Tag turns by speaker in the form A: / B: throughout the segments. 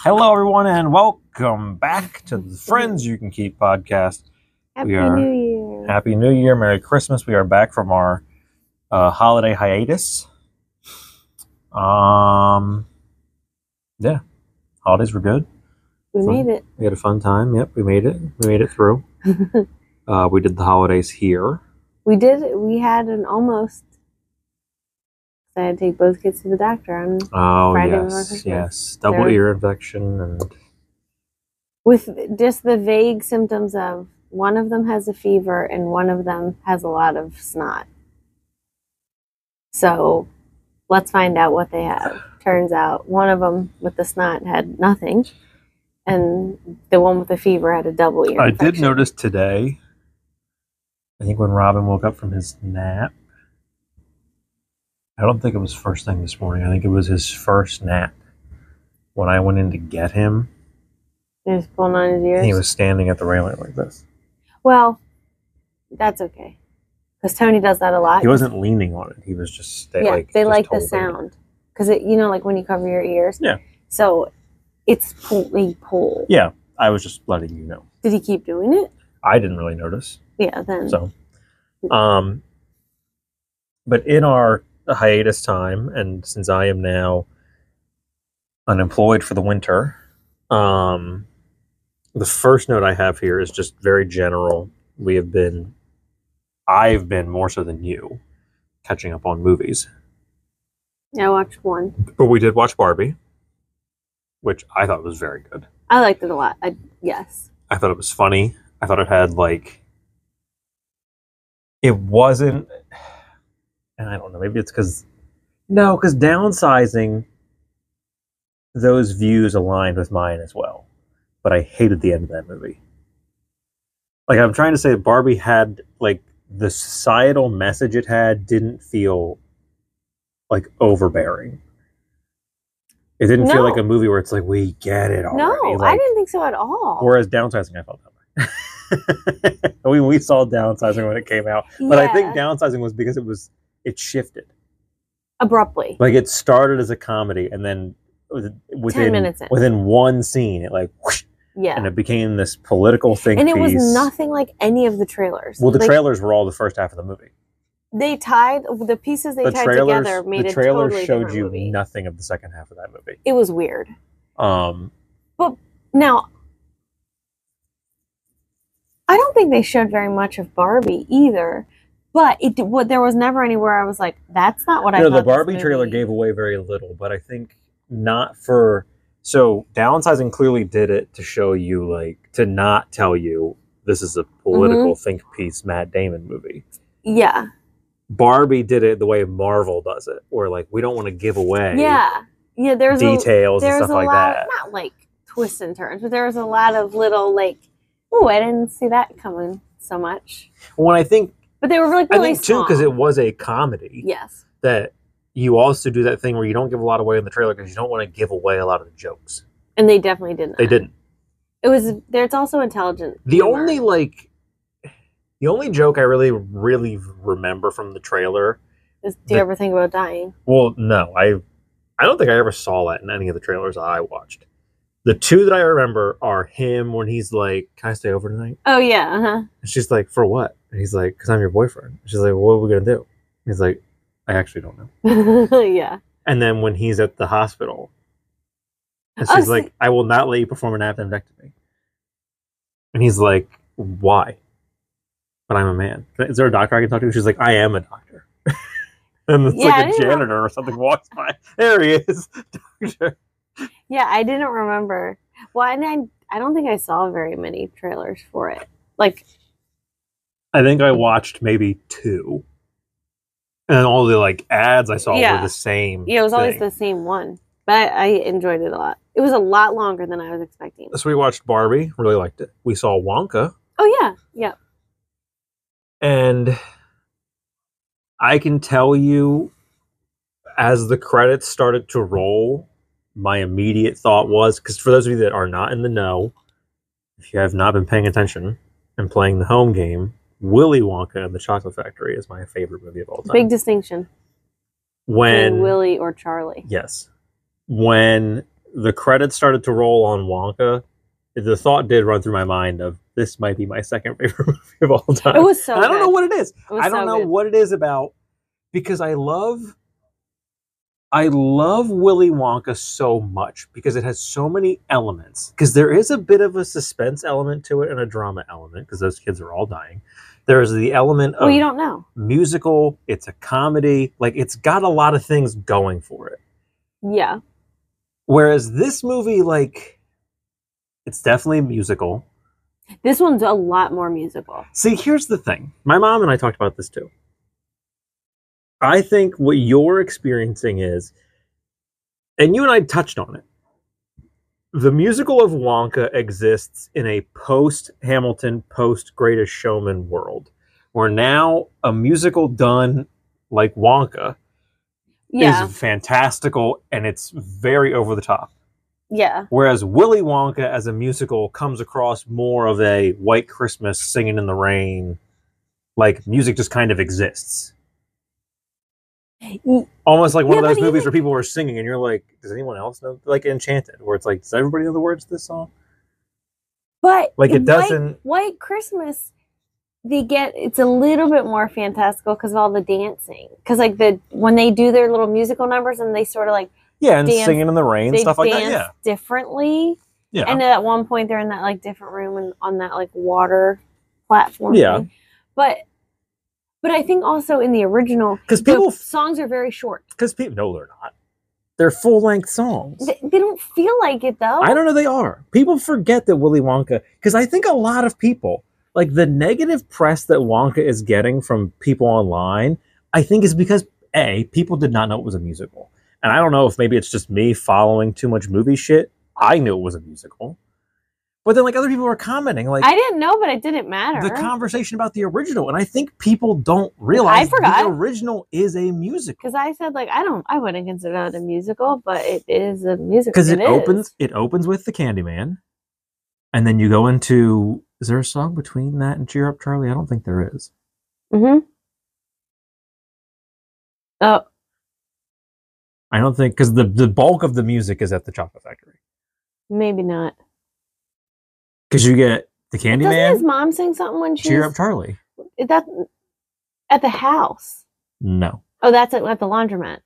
A: Hello, everyone, and welcome back to the Friends You Can Keep podcast.
B: Happy
A: We are-
B: New Year.
A: Happy New Year, Merry Christmas. We are back from our uh, holiday hiatus. Um, yeah, holidays were good.
B: we
A: fun.
B: made it.
A: We had a fun time. Yep, we made it. We made it through. uh, we did the holidays here.
B: We did. We had an almost. I had to take both kids to the doctor on
A: Oh
B: Friday before
A: yes,
B: Christmas.
A: yes, double
B: There-
A: ear infection and
B: with just the vague symptoms of one of them has a fever and one of them has a lot of snot. So let's find out what they have. Turns out one of them with the snot had nothing, and the one with the fever had a double ear.
A: I did
B: infection.
A: notice today. I think when Robin woke up from his nap, I don't think it was first thing this morning. I think it was his first nap. When I went in to get him,
B: He was pulling on his ears.
A: he was standing at the railing like this.
B: Well, that's okay. Because Tony does that a lot.
A: He wasn't leaning on it. He was just they
B: yeah,
A: like
B: they
A: just
B: like the
A: holding it.
B: sound. Because, you know, like when you cover your ears.
A: Yeah.
B: So it's pull, they pull.
A: Yeah, I was just letting you know.
B: Did he keep doing it?
A: I didn't really notice.
B: Yeah, then.
A: So, um, but in our hiatus time, and since I am now unemployed for the winter, um, the first note I have here is just very general. We have been, I've been more so than you, catching up on movies.
B: I watched one.
A: But we did watch Barbie, which I thought was very good.
B: I liked it a lot. I, yes.
A: I thought it was funny. I thought it had like it wasn't and I don't know, maybe it's cuz no, cuz downsizing those views aligned with mine as well. But I hated the end of that movie. Like I'm trying to say that Barbie had like the societal message it had didn't feel like overbearing. It didn't feel
B: No.
A: like a movie where it's like we get it already.
B: no, I
A: like-
B: didn't think so at all.
A: Whereas downsizing, I felt that way. we, we saw downsizing when it came out, but I think
B: Yeah,
A: downsizing was because it was it shifted.
B: abruptly.
A: Like it started as a comedy, and then with- within
B: minutes in.
A: within one scene, it like whoosh,
B: Yeah.
A: and
B: And,
A: it became this political thing.
B: it was
A: piece.
B: nothing like any of the trailers.
A: Well, the
B: Like,
A: trailers were all the first half of the movie.
B: They tied the pieces they
A: The
B: tied
A: trailers,
B: together made
A: the
B: it
A: trailers
B: totally
A: showed
B: different
A: you
B: movie.
A: nothing of the second half of that movie.
B: It was weird.
A: Um,
B: Now, I don't think they showed very much of Barbie either, but it what there was never anywhere I was like, that's not what I.
A: No, the
B: thought this
A: Barbie trailer
B: movie-"
A: gave away very little, but I think not for so downsizing clearly did it to show you like to not tell you this is a political
B: Mm-hmm.
A: think piece Matt Damon movie.
B: Yeah,
A: Barbie did it the way Marvel does it, where like we don't want to give away
B: yeah, yeah. There's a,
A: details and
B: there's
A: stuff
B: a
A: like
B: lot,
A: that.
B: not like twists and turns, but there was a lot of little like, oh, I didn't see that coming so much.
A: When I think
B: But they were like
A: I
B: really
A: think too because it was a comedy
B: yes,
A: that you also do that thing where you don't give a lot away in the trailer because you don't want to give away a lot of the jokes.
B: and they definitely didn't.
A: They didn't.
B: It was there's also intelligent.
A: The
B: humor.
A: only like the only joke I really really remember from the trailer.
B: is, do you
A: the-
B: ever think about dying?
A: Well, no, I I don't think I ever saw that in any of the trailers I watched. The two that I remember are him when he's like, "Can I stay over tonight?"
B: Oh yeah, uh-huh.
A: And she's like, "For what?" And he's like, "Cause I'm your boyfriend." And she's like, "What are we gonna do?" And he's like, "I actually don't know."
B: uh-huh. yeah.
A: And then when he's at the hospital, and
B: Oh,
A: she's
B: see-
A: like, "I will not let you perform an appendectomy." And he's like, "Why?" But I'm a man. Is there a doctor I can talk to? She's like, "I am a doctor." and it's
B: Yeah, I
A: like a
B: didn't know-
A: janitor or something walks by. There he is, doctor.
B: Yeah, I didn't remember. Well, and I, I don't think I saw very many trailers for it. Like,
A: I think I watched maybe two, and all the like ads I saw
B: Yeah.
A: were the same.
B: yeah, it was always
A: thing.
B: the same one, but I, I enjoyed it a lot. It was a lot longer than I was expecting.
A: So we watched Barbie. Really liked it. We saw Wonka.
B: Oh yeah, yeah.
A: And I can tell you, as the credits started to roll, my immediate thought was because for those of you that are not in the know, if you have not been paying attention and playing the home game, Willy Wonka and the Chocolate Factory is my favorite movie of all time.
B: Big distinction. between
A: when
B: Willie or Charlie.
A: yes, when the credits started to roll on Wonka, the thought did run through my mind of this might be my second favorite movie of all time.
B: It was so.
A: And I don't know
B: good.
A: what it is.
B: It was
A: I don't
B: so
A: know
B: good.
A: what it is about because I love I love Willy Wonka so much because it has so many elements. Because there is a bit of a suspense element to it and a drama element because those kids are all dying. There is the element of
B: Well, you don't know.
A: musical. It's a comedy. Like it's got a lot of things going for it.
B: Yeah.
A: Whereas this movie, like, it's definitely musical.
B: This one's a lot more musical.
A: See, here's the thing. My mom and I talked about this too. I think what you're experiencing is, and you and I touched on it, the musical of Wonka exists in a post Hamilton, post Greatest Showman world, where now a musical done like Wonka
B: Yeah.
A: is fantastical and it's very over the top.
B: yeah.
A: Whereas Willy Wonka as a musical comes across more of a White Christmas singing in the rain, like music just kind of exists.
B: Y-
A: Almost like one of
B: Yeah,
A: those
B: but
A: movies
B: even-
A: where people were singing and you're like, does anyone else know? Like Enchanted, where it's like, does everybody know the words to this song?
B: But
A: Like it
B: White-
A: doesn't.
B: White Christmas, they get it's a little bit more fantastical because of all the dancing. Because like the when they do their little musical numbers and they sort of like
A: Yeah, and
B: dance-
A: singing in the rain,
B: they
A: stuff like
B: dance
A: that. Yeah.
B: differently.
A: Yeah.
B: And at one point they're in that like different room and on that like water platform.
A: Yeah.
B: thing. But but I think also in the original,
A: Because
B: the
A: people,
B: songs are very short.
A: because people, no, they're not. They're full length songs.
B: They, they don't feel like it though.
A: I don't know they are. People forget that Willy Wonka because I think a lot of people like the negative press that Wonka is getting from people online. I think is because a people did not know it was a musical, and I don't know if maybe it's just me following too much movie shit. I knew it was a musical, but then like other people were commenting like
B: I didn't know, but it didn't matter.
A: the conversation about the original, and I think people don't realize
B: forgot.
A: the original is a musical
B: Because I said like I don't, I wouldn't consider it a musical, but it is a musical.
A: because it,
B: is.
A: opens it opens with the Candyman, and then you go into is there a song between that and Cheer Up Charlie? I don't think there is.
B: hmm Oh,
A: I don't think because the the bulk of the music is at the Chocolate Factory
B: maybe not.
A: because you get the
B: Doesn't his
A: Candyman,
B: mom sing something when she's
A: Cheer Up Charlie.
B: that at the house?
A: No,
B: Oh, that's at, at the laundromat.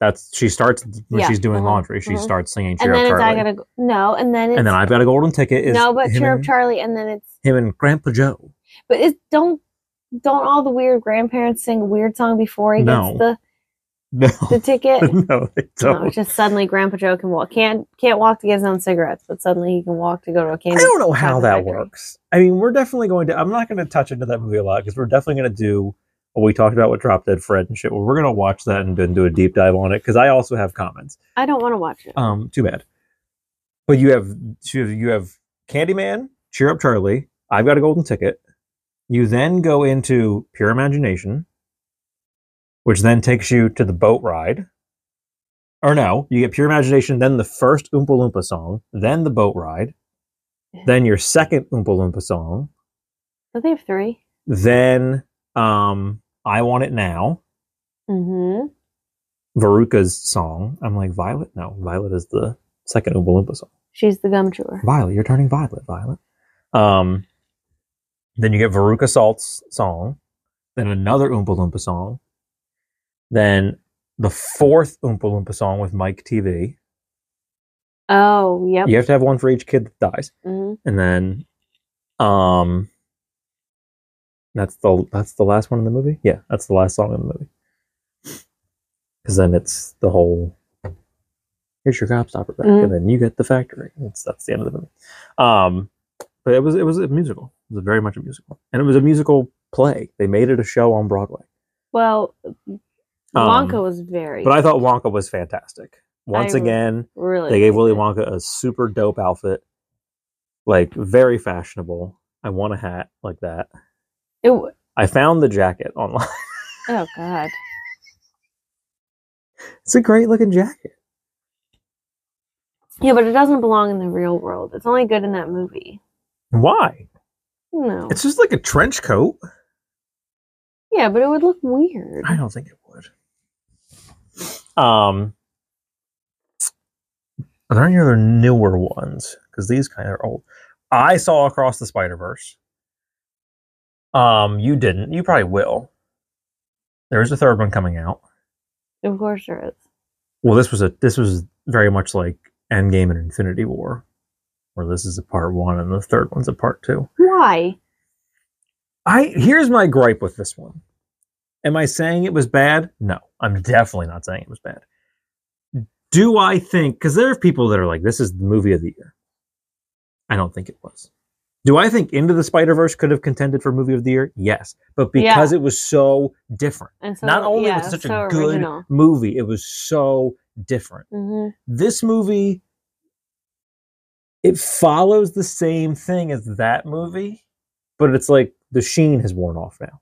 A: that's she starts when
B: Yeah,
A: she's doing
B: uh-huh,
A: laundry. She
B: uh-huh.
A: starts singing
B: and
A: Cheer
B: then
A: Up
B: it's I
A: Charlie,
B: gotta go. No, and then it's
A: and then I've got a golden ticket. Is
B: no, but
A: him
B: cheer up
A: and-
B: Charlie, and then it's
A: him and Grandpa Joe.
B: but it's don't don't all the weird grandparents sing a weird song before he
A: No.
B: gets the
A: No,
B: the ticket.
A: no, they
B: No,
A: don't.
B: it's just suddenly Grandpa Joe can walk. Can't can't walk to get his own cigarettes, but suddenly he can walk to go to a
A: I
B: candy.
A: don't know how
B: Chocolate
A: that
B: Factory.
A: works. I mean, we're definitely going to. I'm not going to touch into that movie a lot because we're definitely going to do what we talked about with Drop Dead Fred and shit. Well, we're going to watch that and then do a deep dive on it because I also have comments.
B: I don't want to watch it.
A: Um, too bad. But you have you have, you have Candyman, Cheer Up Charlie. I've got a golden ticket. You then go into Pure Imagination, which then takes you to the boat ride. Or no, you get Pure Imagination, then the first Oompa Loompa song, then the boat ride, then your second Oompa Loompa song,
B: Don't they have three?
A: then um, I Want It Now,
B: Mm-hmm.
A: Veruca's song. I'm like, Violet? No, Violet is the second Oompa Loompa song.
B: She's the gum chewer.
A: Violet, you're turning violet, Violet. Um, then you get Veruca Salt's song, then another Oompa Loompa song, then the fourth Oompa Loompa song with Mike TV.
B: Oh, yep.
A: You have to have one for each kid that dies,
B: hmm
A: and then, um, that's the that's the last one in the movie. Yeah, that's the last song in the movie. Because then it's the whole. Here's your gobstopper back,
B: Mhm.
A: and then you get the factory. It's, that's the end of the movie. Um, but it was it was a musical. It was very much a musical, and it was a musical play. They made it a show on Broadway.
B: Well,
A: Um,
B: Wonka was very,
A: But I thought Wonka was fantastic. Once
B: I-
A: again,
B: really.
A: they gave
B: liked
A: Willy
B: it.
A: Wonka a super dope outfit, like very fashionable. I want a hat like that.
B: It w-
A: I found the jacket online.
B: oh God,
A: It's a great looking jacket.
B: yeah, but it doesn't belong in the real world. It's only good in that movie.
A: Why?
B: No,
A: It's just like a trench coat.
B: yeah, but it would look weird.
A: I don't think it would. Um, Are there any other newer ones? Because these kind of are old. I saw Across the Spider Verse. Um, you didn't. You probably will. There is a third one coming out.
B: Of course there is.
A: Well, this was a this was very much like Endgame and Infinity War, where this is a part one and the third one's a part two.
B: Why?
A: I here's my gripe with this one. Am I saying it was bad? No, I'm definitely not saying it was bad. Do I think because there are people that are like, this is the movie of the year. I don't think it was. Do I think Into the Spider Verse could have contended for movie of the year? Yes, but
B: Yeah.
A: because it was so different.
B: And so,
A: not only
B: yeah,
A: was it such
B: so
A: a good
B: original.
A: movie, it was so different.
B: hmm
A: This movie, it follows the same thing as that movie, but it's like the sheen has worn off now.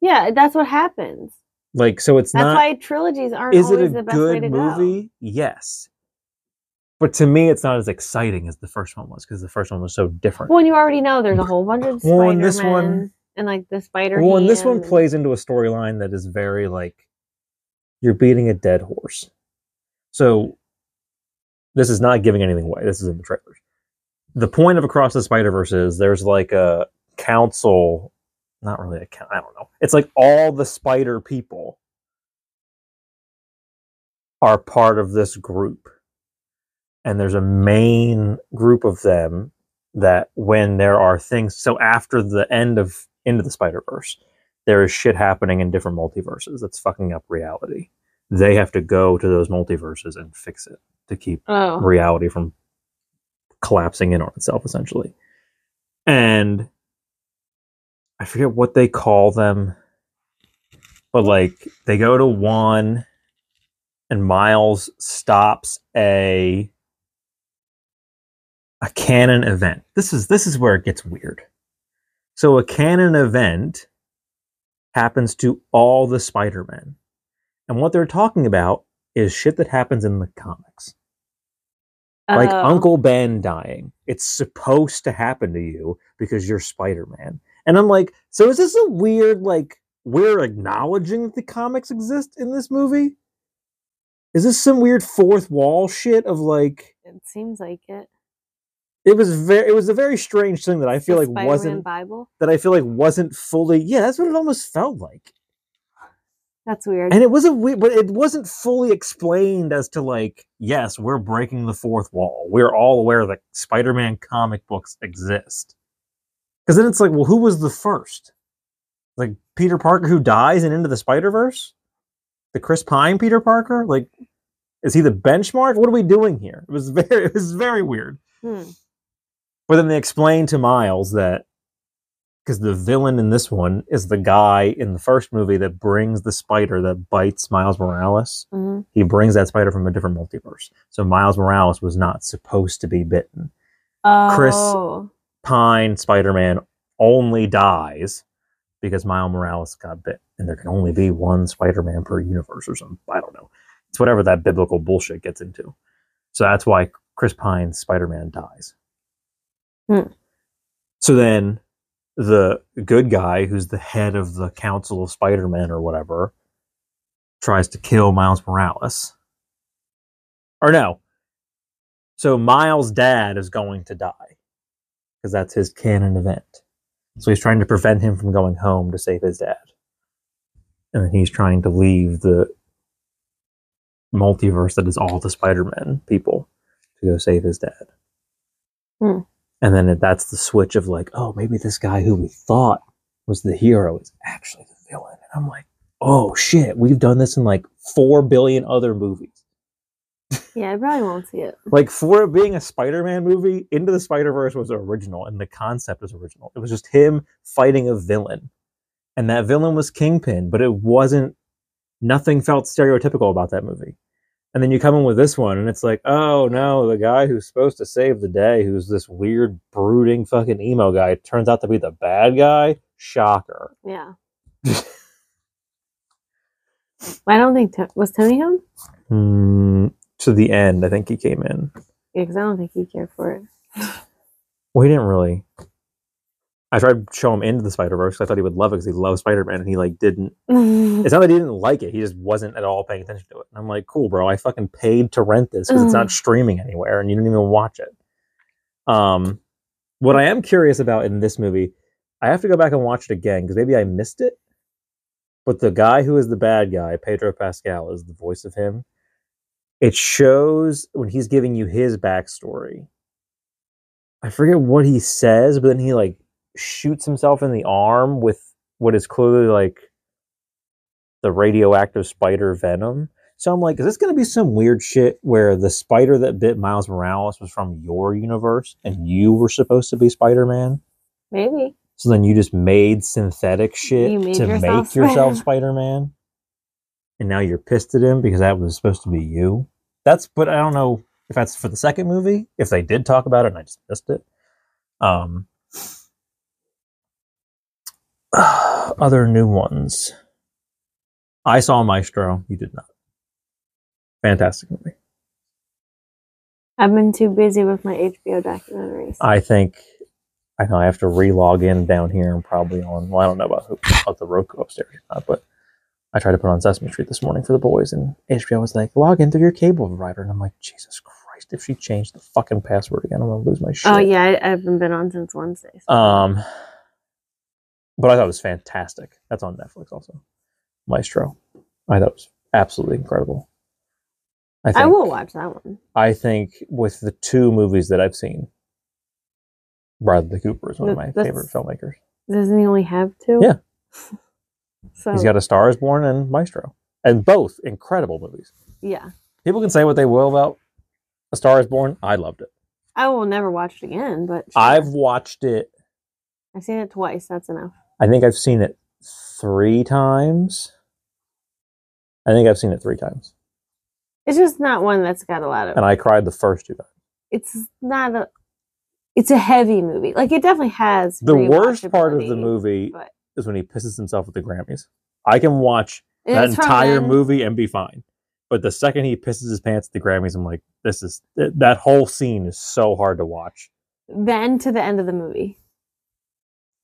B: Yeah, that's what happens.
A: Like, so it's
B: That's
A: not.
B: why trilogies aren't
A: is it
B: always
A: a
B: the best way
A: good
B: to go.
A: movie? Yes. But to me, it's not as exciting as the first one was because the first one was so different.
B: Well, and you already know there's a whole bunch of
A: Well,
B: Spider-Man
A: and this one-
B: and like the spider.
A: Well, and this one
B: Ham and-
A: plays into a storyline that is very like you're beating a dead horse. So this is not giving anything away. This is in the trailers. The point of Across the Spider Verse is there's like a council, not really a council. I don't know. It's like all the spider people are part of this group, and there's a main group of them that when there are things so after the end of into the spider verse there is shit happening in different multiverses that's fucking up reality they have to go to those multiverses and fix it to keep
B: Oh,
A: reality from collapsing in on itself essentially and i forget what they call them but like they go to one and miles stops a a canon event this is this is where it gets weird so a canon event happens to all the spider-men and what they're talking about is shit that happens in the comics like
B: oh.
A: Uncle Ben dying. It's supposed to happen to you because you're Spider Man. And I'm like, so is this a weird, like, we're acknowledging that the comics exist in this movie? Is this some weird fourth wall shit of like,
B: It seems like it.
A: it was very, it was a very strange thing that I feel
B: The
A: like
B: Spider-Man
A: wasn't,
B: Bible.
A: that I feel like wasn't fully, yeah, that's what it almost felt like.
B: That's weird.
A: And it was a weird, but it wasn't fully explained as to like, yes, we're breaking the fourth wall. We're all aware that Spider-Man comic books exist. Because then it's like, well, who was the first? Like Peter Parker who dies and into the Spider Verse, the Chris Pine Peter Parker. Like, is he the benchmark? What are we doing here? It was very, it was very weird.
B: Hmm.
A: But then they explain to Miles that because the villain in this one is the guy in the first movie that brings the spider that bites Miles Morales.
B: Mhm.
A: He brings that spider from a different multiverse. So Miles Morales was not supposed to be bitten. Chris-
B: Oh.
A: Pine Spider Man only dies because Miles Morales got bit. And there can only be one Spider Man per universe or something. I don't know. It's whatever that biblical bullshit gets into. So that's why Chris Pine's Spider Man dies.
B: Hmm.
A: So then the good guy, who's the head of the Council of Spider Man or whatever, tries to kill Miles Morales. Or no. So Miles' dad is going to die because that's his canon event. So he's trying to prevent him from going home to save his dad. And then he's trying to leave the multiverse that is all the Spider Man people to go save his dad.
B: Hmm.
A: And then that's the switch of like, oh, maybe this guy who we thought was the hero is actually the villain. And I'm like, oh shit, we've done this in like 4 billion other movies
B: Yeah, I probably won't see it.
A: like for it being a spider-man movie into the spider-verse was original and the concept was original it was just him fighting a villain and that villain was kingpin but it wasn't nothing felt stereotypical about that movie and then you come in with this one and it's like oh no the guy who's supposed to save the day who's this weird brooding fucking emo guy turns out to be the bad guy shocker
B: Yeah. I don't think to- was Tony home.
A: Hmm, to the end i think he came in
B: Yeah, because I don't think he cared for it.
A: well he didn't really I tried to show him into the Spider Verse because I thought he would love it because he loves Spider Man, and he like didn't.
B: yeah,
A: It's not that he didn't like it; he just wasn't at all paying attention to it. And I'm like, cool, bro. I fucking paid to rent this because it's
B: Ugh.
A: not streaming anywhere, and you didn't even watch it. Um, what I am curious about in this movie, I have to go back and watch it again because maybe I missed it. But the guy who is the bad guy, Pedro Pascal, is the voice of him. It shows when he's giving you his backstory. I forget what he says, but then he like shoots himself in the arm with what is clearly like the radioactive spider venom. So I'm like, is this going to be some weird shit where the spider that bit Miles Morales was from your universe and you were supposed to be Spider Man?
B: maybe.
A: So then you just made synthetic shit
B: You made
A: to
B: yourself
A: make yourself Spider Man. And now you're pissed at him because that was supposed to be you. That's, but I don't know if that's for the second movie, if they did talk about it and I just missed it. Um, other new ones. I saw Maestro. You did not. Fantastic movie.
B: I've been too busy with my HBO documentaries.
A: I think I know I have to re-log in down here and probably on. Well, I don't know about, who, about the Roku upstairs, or not, but I tried to put on Sesame Street this morning for the boys, and HBO was like, "Log in through your cable provider," and I'm like, "Jesus Christ! If she changed the fucking password again, I'm gonna lose my shit."
B: oh yeah, I, I haven't been on since Wednesday. so-
A: Um, but I thought it was fantastic. That's on Netflix also. Maestro, I thought it was absolutely incredible.
B: I will watch that one.
A: I think with the two movies that I've seen, Bradley Cooper is one of
B: That-
A: my
B: that's-
A: favorite filmmakers.
B: Doesn't he only have two?
A: Yeah.
B: so
A: He's got A Star Is Born and Maestro, and both incredible movies.
B: yeah,
A: People can say what they will about A Star Is Born. I loved it.
B: I will never watch it again. But sure.
A: I've watched it.
B: I've seen it twice. That's enough.
A: I think I've seen it three times. I think I've seen it three times,
B: It's just not one that's got a lot of.
A: and I cried the first two times.
B: It's not a. It's a heavy movie. Like it definitely has
A: The worst part of the
B: rewatchability.
A: movie
B: but-
A: is when he pisses himself at the Grammys. I can watch
B: And
A: that
B: it's from
A: entire
B: when-
A: movie and be fine. But the second he pisses his pants at the Grammys, I'm like, this is th- that whole scene is so hard to watch.
B: Then to the end of the movie.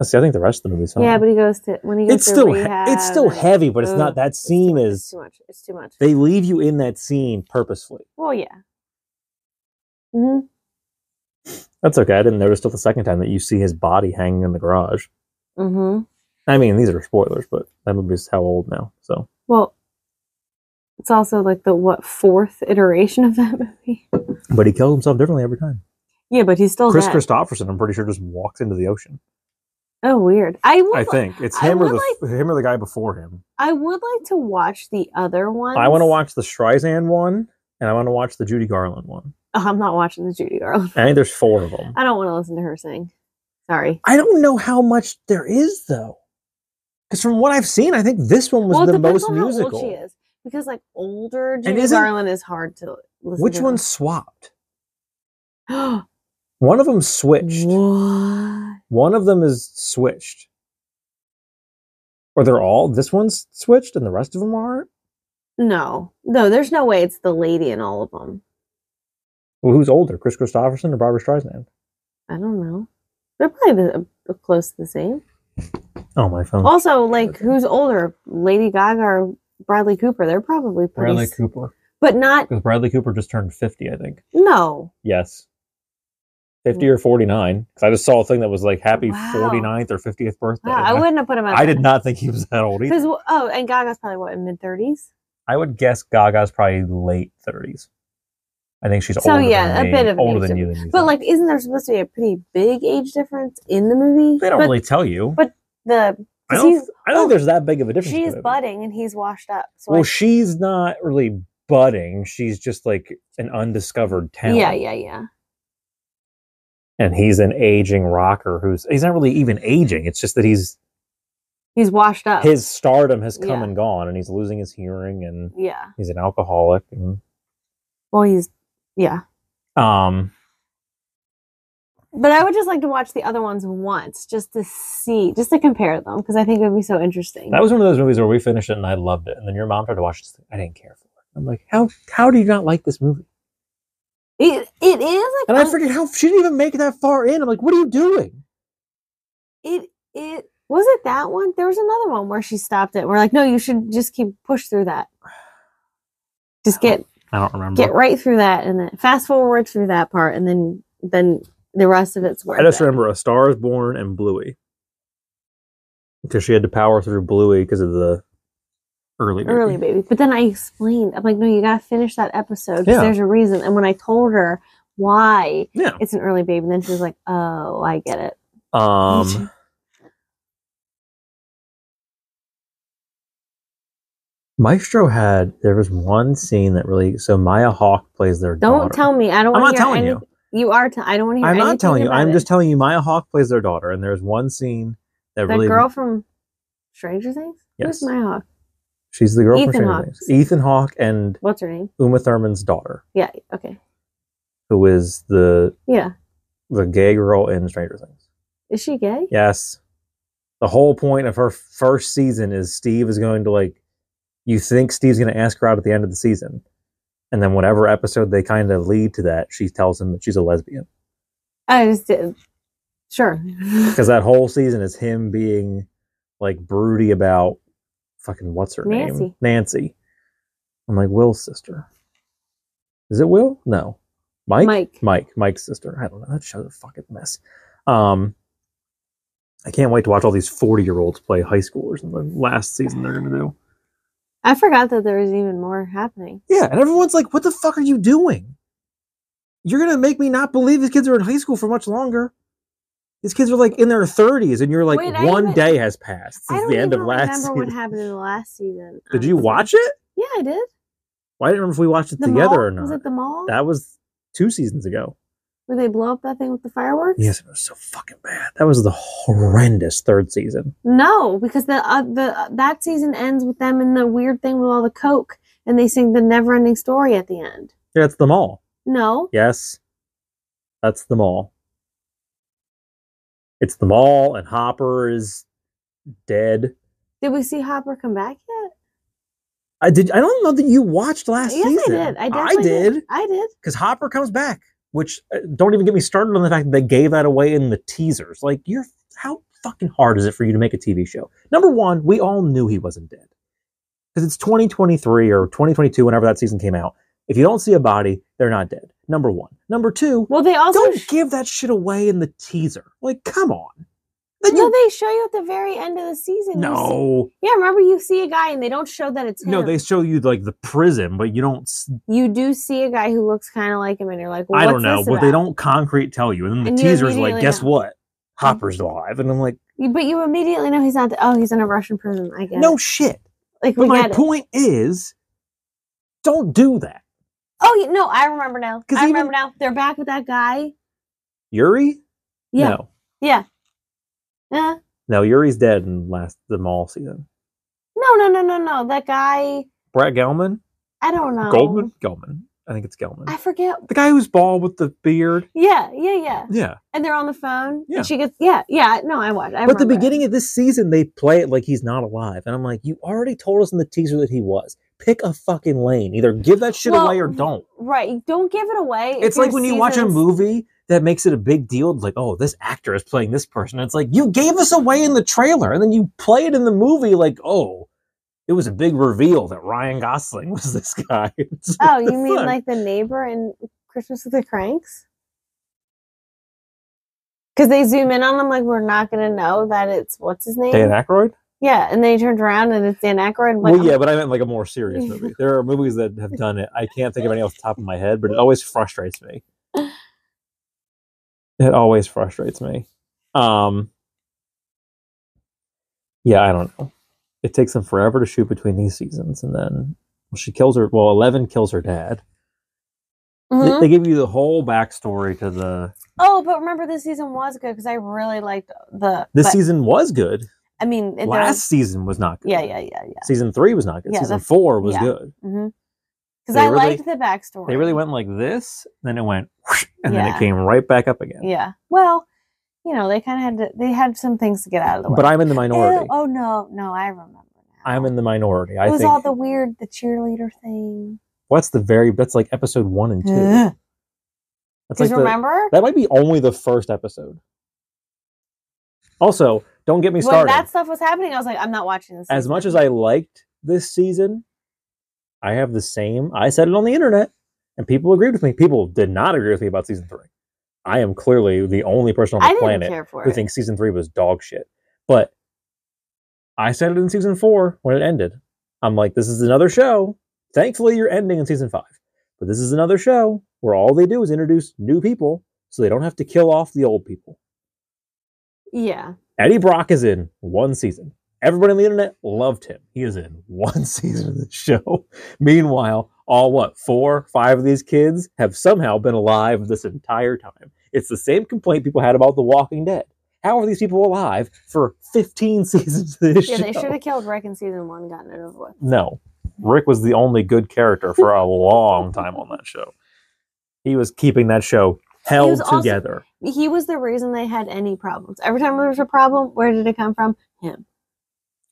A: See, I think the rest of the movie's fine.
B: Yeah, but he goes to when he goes
A: it's
B: to
A: still he-
B: rehab.
A: it's still
B: and-
A: heavy, but it's
B: Ugh,
A: not that
B: it's too
A: scene
B: much, it's
A: is
B: too much. It's too much.
A: they leave you in that scene purposefully.
B: well, yeah. hmm
A: That's okay. I didn't notice till the second time that you see his body hanging in the garage.
B: hmm
A: I mean, these are spoilers, but that movie's how old now? So
B: Well, it's also like the what fourth iteration of that movie.
A: but he kills himself differently every time.
B: Yeah, but he's still
A: Chris
B: dead.
A: Christopherson, I'm pretty sure, just walks into the ocean.
B: Oh, weird. I would.
A: I
B: li-
A: think. It's
B: I
A: him or
B: would
A: the him or the guy before him.
B: I would like to watch the other one.
A: I want to watch the Streisand one, and I want to watch the Judy Garland one.
B: Oh, I'm not watching the Judy Garland.
A: I think there's four of them.
B: I don't want to listen to her sing. Sorry.
A: I don't know how much there is though, because from what I've seen, I think this one was
B: well, it
A: the
B: depends
A: most
B: on
A: musical.
B: how old she is because like older Judy
A: isn't-
B: Garland is hard to listen.
A: Which
B: to.
A: one swapped?
B: what?
A: One of them switched. One of them is switched, or they're all. This one's switched, and the rest of them aren't.
B: No, no. There's no way it's the lady in all of them.
A: Well, who's older, Chris Christopherson or Barbara Streisand?
B: I don't know. They're probably the, uh, close to the same.
A: Oh, my phone.
B: Also, like who's older, Lady Gaga or Bradley Cooper? They're probably pretty,
A: Bradley
B: s-
A: Cooper.
B: but not.
A: Because Bradley Cooper just turned fifty, I think.
B: No,
A: Yes. 50 or 49. Because I just saw a thing that was like happy
B: Wow.
A: 49th or 50th birthday.
B: Wow, I
A: And
B: wouldn't have put him.
A: I,
B: Out
A: I
B: there.
A: did not think he was that old either.
B: Because oh, and Gaga's probably what in mid thirties.
A: I would guess Gaga's probably late 30s. I think she's
B: So,
A: older
B: yeah,
A: than
B: a
A: me,
B: bit of an
A: older
B: age
A: than you. Than you
B: But
A: think.
B: like, isn't there supposed to be a pretty big age difference in the movie?
A: they don't
B: but
A: really tell you.
B: but the
A: I
B: because
A: don't,
B: he's-
A: I don't think there's that big of a difference.
B: she's
A: between them.
B: budding and he's washed up. So
A: well,
B: I-
A: she's not really budding. She's just like an undiscovered talent.
B: yeah, yeah, yeah.
A: And he's an aging rocker who's, he's not really even aging. It's just that he's,
B: He's washed up.
A: his stardom has come
B: Oh. Yeah.
A: and gone and he's losing his hearing and
B: yeah.
A: he's an alcoholic and
B: Well, he's yeah.
A: um
B: But I would just like to watch the other ones once, just to see, just to compare them, because I think it would be so interesting.
A: that was one of those movies where we finished it and i loved it and then your mom tried to watch it i didn't care for it i'm like how how do you not like this movie
B: it, it is like
A: and i
B: un- Oh.
A: figured how she didn't even make it that far in i'm like what are you doing
B: It it was it that one. There was another one where she stopped it. We're like, no, you should just keep push through that. Just get
A: I don't remember.
B: get right through that, and then fast forward through that part, and then then the rest of it's worth
A: I just
B: it.
A: remember A Star Is Born and Bluey because she had to power through Bluey because of the early baby.
B: early baby. But then I explained, I'm like, no, you gotta finish that episode 'cause
A: Yeah.
B: there's a reason. And when I told her why
A: Yeah.
B: it's an early baby, then she was like, oh, I get it.
A: Um. Maestro had there was one scene that really so Maya Hawk plays their
B: Don't
A: daughter.
B: tell me. I don't.
A: I'm
B: wanna
A: not
B: hear
A: telling
B: any-
A: you.
B: You are. T- I don't want to hear.
A: I'm
B: anything
A: not telling you.
B: about
A: I'm
B: it.
A: just telling you. Maya Hawk plays their daughter, and there's one scene that
B: that
A: really
B: girl from Stranger Things.
A: Yes.
B: Who's my hawk?
A: she's the girl from
B: Ethan
A: Stranger
B: Hawke.
A: Things. Ethan Hawk and
B: What's her name?
A: Uma Thurman's daughter,
B: Yeah. Okay.
A: who is the
B: Yeah.
A: the gay girl in Stranger Things.
B: Is she gay?
A: Yes. The whole point of her first season is Steve is going to like you think Steve's going to ask her out at the end of the season. And then whatever episode they kind of lead to that, she tells him that she's a lesbian.
B: I just did. Sure.
A: Cuz that whole season is him being like broody about fucking what's her name?
B: Nancy.
A: Nancy. I'm like Will's sister. Is it Will? No. Mike?
B: Mike.
A: Mike, Mike's sister. I don't know. That show's a fucking mess. Um, I can't wait to watch all these forty-year-olds play high schoolers in the last season they're gonna do.
B: I forgot that there was even more happening.
A: Yeah, and everyone's like, "What the fuck are you doing? You're gonna make me not believe these kids are in high school for much longer." These kids are like in their thirties, and you're like,
B: Wait, I
A: one
B: even-
A: day has passed
B: I
A: since
B: don't
A: the end of
B: even
A: last
B: remember
A: season.
B: what happened in the last season.
A: Did you
B: honestly.
A: watch it?
B: Yeah, I did.
A: Well, I didn't remember if we watched it
B: The
A: together
B: mall?
A: or
B: Was
A: not.
B: it the mall?
A: That was two seasons ago.
B: Where they blow up that thing with the fireworks?
A: Yes, it was so fucking bad. That was the horrendous third season.
B: No, because the uh, the that season ends with them in the weird thing with all the coke, and they sing the never-ending story at the end.
A: Yeah, it's the mall.
B: No,
A: Yes. That's the mall. It's the mall, and Hopper is dead.
B: did we see Hopper come back yet?
A: I did. I don't know that you watched last
B: yes,
A: season.
B: I did. I definitely
A: did
B: I did.
A: because Hopper comes back. Which uh, don't even get me started on the fact that they gave that away in the teasers. Like, you're how fucking hard is it for you to make a TV show? Number one, we all knew he wasn't dead because it's 2023 or 2022, whenever that season came out. If you don't see a body, they're not dead. Number one. Number two,
B: Well, they also
A: don't give that shit away in the teaser. Like, come on. Then
B: no,
A: you
B: they show you at the very end of the season. You see-
A: no,
B: yeah, remember you see a guy and they don't show that it's him.
A: no. They show you like the prison, but you don't. s
B: you do see a guy who looks kind of like him, and you're like, well,
A: I don't
B: what's
A: know,
B: this
A: but they
B: about?
A: don't concrete tell you. And then the
B: And you
A: teaser's like,
B: immediately
A: guess
B: know.
A: what? Hopper's alive, and I'm like,
B: You- But you immediately know he's not. The, oh, he's in a Russian prison. I guess.
A: no shit.
B: like
A: But
B: we
A: my
B: get it.
A: point is, don't do that.
B: Oh yeah, no, I remember now.
A: 'Cause
B: I
A: even-
B: remember now. They're back with that guy.
A: Yuri?
B: Yeah. Uh,
A: No,
B: Yeah. Yeah.
A: no. Yuri's dead in last the mall season.
B: No, no, no, no, no. That guy.
A: Brett Gelman,
B: I don't know.
A: Goldman, Gelman. I think it's Gelman.
B: Oh. I forget.
A: the guy who's bald with the beard.
B: Yeah, yeah, yeah.
A: Yeah.
B: And they're on the phone.
A: Yeah.
B: And she gets. Yeah, yeah. No, I watched. I
A: but the
B: remember it.
A: beginning of this season, they play it like he's not alive, and I'm like, you already told us in the teaser that he was. Pick a fucking lane. Either give that shit
B: Well,
A: away or don't.
B: Right. Don't give it away. if
A: It's like
B: your
A: when you watch a
B: season's-
A: movie that makes it a big deal. Like, oh, this actor is playing this person. It's like you gave us away in the trailer, and then you play it in the movie. Like, oh, it was a big reveal that Ryan Gosling was this guy. It's
B: Oh,
A: what the
B: you mean
A: fuck?
B: like the neighbor in Christmas with the Cranks? Because they zoom in on him like we're not gonna know that it's what's his name.
A: Dan Aykroyd?
B: yeah, and then he turns around and it's Dan Aykroyd. I'm like,
A: well, yeah, but I meant like a more serious movie. There are movies that have done it. I can't think of any off the top of my head, but it always frustrates me. It always frustrates me. Um, yeah, I don't know. It takes them forever to shoot between these seasons, and then well, she kills her. Well, Eleven kills her dad. They-
B: mhm.
A: They, give you the whole backstory to the.
B: Oh, but remember this season was good because I really liked the.
A: This
B: but,
A: season was good.
B: I mean, it,
A: Last
B: last.
A: season was not good.
B: Yeah, yeah, yeah, yeah.
A: Season three was not good.
B: Yeah,
A: season
B: the-
A: four was
B: yeah.
A: good.
B: Because
A: They
B: I
A: really-
B: liked the backstory.
A: They really went like this, then it went, whoosh, and then it
B: Yeah.
A: came right back up again.
B: Yeah. Well, you know, they kind of had to. They had some things to get out of the way.
A: But I'm in the
B: Ew,
A: minority.
B: oh no, no, I remember now.
A: I'm in the minority.
B: It
A: I
B: was
A: think
B: all the weird, the cheerleader thing.
A: what's the very that's like episode one and two.
B: Because
A: That's like the-
B: remember,
A: that might be only the first episode. Also, don't get me
B: When
A: started.
B: that stuff was happening, I was like, I'm not watching this.
A: as much as I liked this season, I have the same. I said it on the internet, and people agreed with me. People did not agree with me about season three. I am clearly the only person
B: I
A: on the
B: didn't
A: planet
B: care for
A: who
B: it.
A: thinks season three was dog shit. But I said it in season four when it ended. I'm like, this is another show. Thankfully, you're ending in season five. But this is another show where all they do is introduce new people so they don't have to kill off the old people.
B: yeah,
A: Eddie Brock is in one season. Everybody on the internet loved him. He is in one season of the show. Meanwhile, all what, four, five of these kids have somehow been alive this entire time. It's the same complaint people had about The Walking Dead. How are these people alive for 15 seasons of this
B: yeah,
A: show?
B: they should have killed Rick in season one, and gotten it over with.
A: No. Rick was the only good character for a long time on that show. He was keeping that show held
B: was also-
A: together.
B: He was the reason they had any problems. Every time there was a
A: Mm-hmm.
B: problem, where did it come from? Him.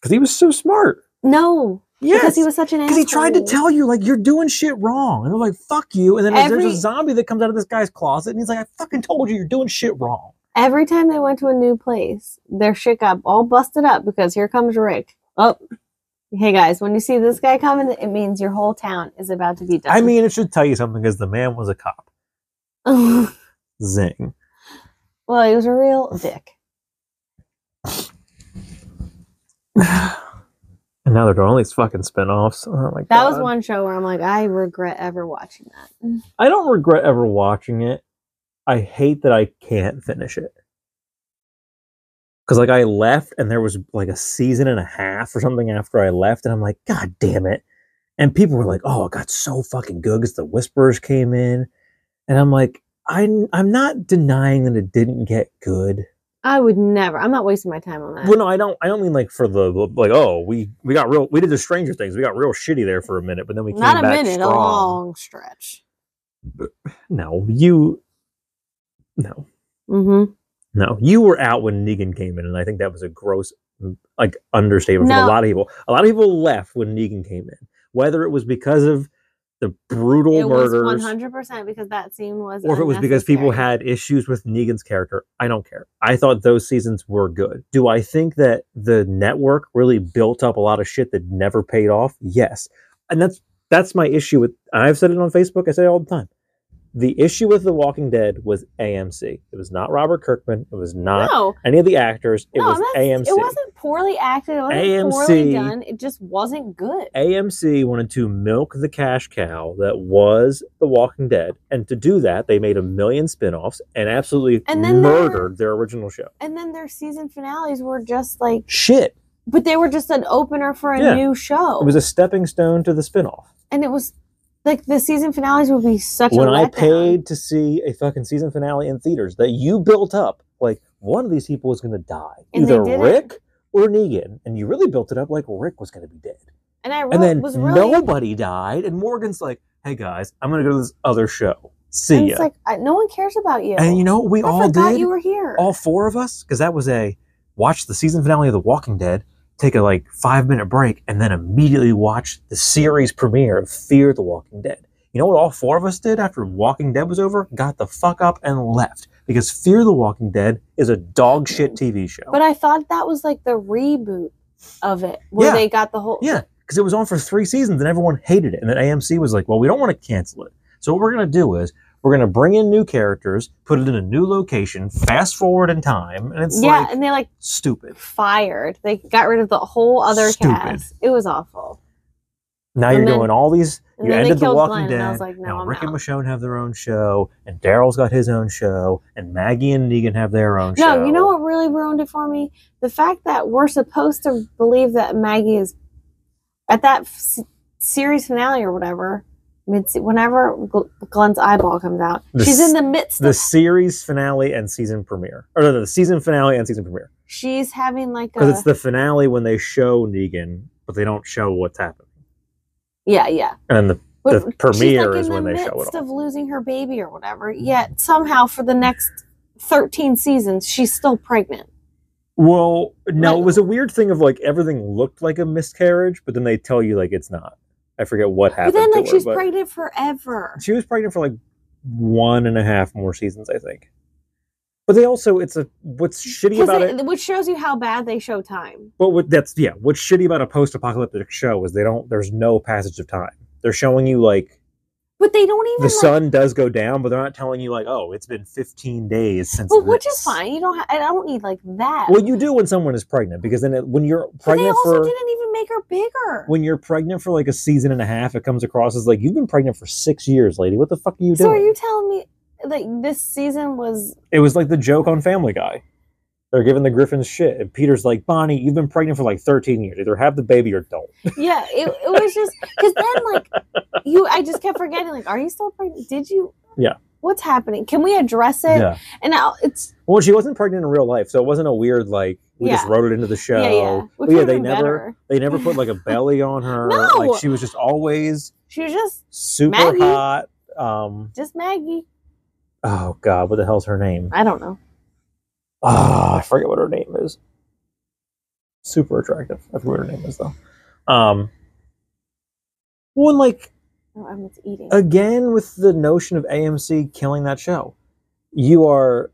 A: Because he was so smart.
B: No,
A: Yes.
B: because he was such an asshole.
A: Because he tried to tell you, like, you're doing shit wrong. And they're like, fuck you. And then there's
B: Every-
A: a zombie that comes out of this guy's closet and he's like, I fucking told you you're doing shit wrong.
B: Every time they went to a new place, their shit got all busted up because here comes Rick. Oh, hey guys, when you see this guy coming, it means your whole town is about to be done.
A: I mean, it should tell you something because the man was a cop.
B: well,
A: Zing.
B: he was a real dick.
A: And now they're doing all these fucking spinoffs. Oh my
B: That
A: God.
B: was one show where I'm like, I regret ever watching that.
A: I don't regret ever watching it. I hate that I can't finish it. Cause like I left and there was like a season and a half or something after I left, and I'm like, God damn it. And people were like, Oh, it got so fucking good because the whispers came in. And I'm like, I'm I'm not denying that it didn't get good.
B: I would never. I'm not wasting my time on that.
A: Well, no, I don't. I don't mean like for the like. Oh, we we got real. We did the Stranger Things. We got real shitty there for a minute, but then we came
B: Not a
A: back
B: minute,
A: strong.
B: a long stretch.
A: No, you. No,
B: Mm-hmm.
A: No, you were out when Negan came in, and I think that was a gross, mm, like, understatement from a
B: No.
A: lot of people. A lot of people left when Negan came in, whether it was because of the brutal
B: It was
A: murders,
B: 100 percent because that scene was.
A: or if it was because people
B: unnecessary.
A: had issues with Negan's character. I don't care. I thought those seasons were good. Do I think that the network really built up a lot of shit that never paid off? Yes, and that's that's my issue with. I've said it on Facebook. I say it all the time. The issue with The Walking Dead was AMC. It was not Robert Kirkman. It was not
B: No,
A: any of the actors. It
B: no,
A: was
B: that's-
A: AMC.
B: It wasn't poorly acted. It wasn't
A: AMC.
B: poorly done. It just wasn't good.
A: AMC wanted to milk the cash cow that was The Walking Dead, and to do that, they made a million spin-offs and absolutely
B: And then there were-
A: murdered their original show.
B: And then their season finales were just like,
A: Shit!
B: but they were just an opener for a
A: Yeah.
B: new show,
A: It was a stepping stone to the spin-off.
B: and it was like the season finales would be such
A: when
B: a
A: I
B: letdown.
A: paid to see a fucking season finale in theaters that you built up, like one of these people was going to die,
B: And they
A: either
B: didn't.
A: Rick or Negan, and you really built it up like Rick was going to be dead.
B: and I
A: and
B: really-
A: then
B: was really,
A: nobody died. And Morgan's like, "Hey guys, I'm gonna go to this other show. See
B: and
A: ya."
B: it's like I, no one cares about you.
A: and you know what we
B: I
A: all
B: forgot
A: did,
B: you were here.
A: all four of us, because that was a watch the season finale of The Walking Dead, take a like five minute break, and then immediately watch the series premiere of Fear the Walking Dead. You know what all four of us did after Walking Dead was over? Got the fuck up and left because Fear the Walking Dead is a dog shit TV show.
B: But I thought that was like the reboot of it, where
A: Yeah.
B: they got the whole.
A: Yeah, because it was on for three seasons and everyone hated it. And then AMC was like, well, we don't want to cancel it. So what we're going to do is we're going to bring in new characters, put it in a new location, fast forward in time. And it's
B: yeah,
A: like
B: and they like
A: stupid.
B: fired. They got rid of the whole other
A: Stupid.
B: cast. It was awful.
A: Now
B: And
A: you're
B: then-
A: doing all these.
B: and
A: You
B: then they
A: ended The
B: killed
A: Walking
B: Glenn, and I
A: Dead.
B: was like, no,
A: now
B: I'm
A: Rick and
B: out.
A: Michonne have their own show, and Daryl's got his own show, and Maggie and Negan have their own show.
B: No, you know what really ruined it for me? The fact that we're supposed to believe that Maggie is at that f- series finale or whatever. Mid- whenever Gl- Glenn's eyeball comes out,
A: The
B: she's
A: s-
B: in the midst.
A: The
B: Of,
A: series finale and season premiere, or no, the season finale and season premiere,
B: she's having like
A: because
B: a
A: it's the finale when they show Negan, but they don't show what's happening,
B: yeah, yeah.
A: and then the
B: But
A: the premiere
B: she's like
A: is
B: in
A: when
B: the
A: they show
B: midst
A: it all.
B: of losing her baby or whatever. Yet somehow for the next thirteen seasons, she's still pregnant.
A: Well, no,
B: Like-
A: it was a weird thing of like everything looked like a miscarriage, but then they tell you like it's not. I forget what
B: But
A: happened.
B: then, like,
A: to
B: she's
A: her, but
B: pregnant forever.
A: she was pregnant for like one and a half more seasons, I think. But they also it's a what's shitty
B: Because
A: about it.
B: they- which shows you how bad they show time.
A: But what that's yeah, what's shitty about a post-apocalyptic show is they don't. There's no passage of time. They're showing you like
B: But they don't even
A: the
B: like,
A: sun does go down, but they're not telling you like, oh, it's been 15 days since.
B: well, which is
A: this.
B: fine. You don't. Ha- I don't need like that.
A: Well, you do when someone is pregnant because then it, when you're
B: but they
A: pregnant
B: also
A: for
B: didn't even make her bigger.
A: when you're pregnant for like a season and a half, it comes across as like you've been pregnant for six years, lady. What the fuck are you
B: so
A: doing?
B: are you telling me like this season was?
A: It was like the joke on Family Guy. They're giving the Griffins shit, and Peter's like, Bonnie, you've been pregnant for like 13 years. Either have the baby or don't.
B: Yeah, it, it was just because then like you, I just kept forgetting. Like, are you still pregnant? Did you?
A: Yeah.
B: What's happening? Can we address it? And now it's
A: Well, she wasn't pregnant in real life, so it wasn't a weird like we just
B: Yeah.
A: wrote it into the show.
B: yeah, yeah.
A: But
B: Which would
A: yeah,
B: have
A: they
B: been
A: never
B: better.
A: they never put like a belly on her.
B: No!
A: Like she was just always
B: She was just
A: super
B: Maggie.
A: hot. Um
B: just Maggie.
A: oh god, what the hell's her name?
B: I don't know.
A: Ah, I forget what her name is. Super attractive. I forget what her name is though. Um well, and, like
B: Oh, I'm just eating.
A: Uh, again with the notion of AMC killing that show. You are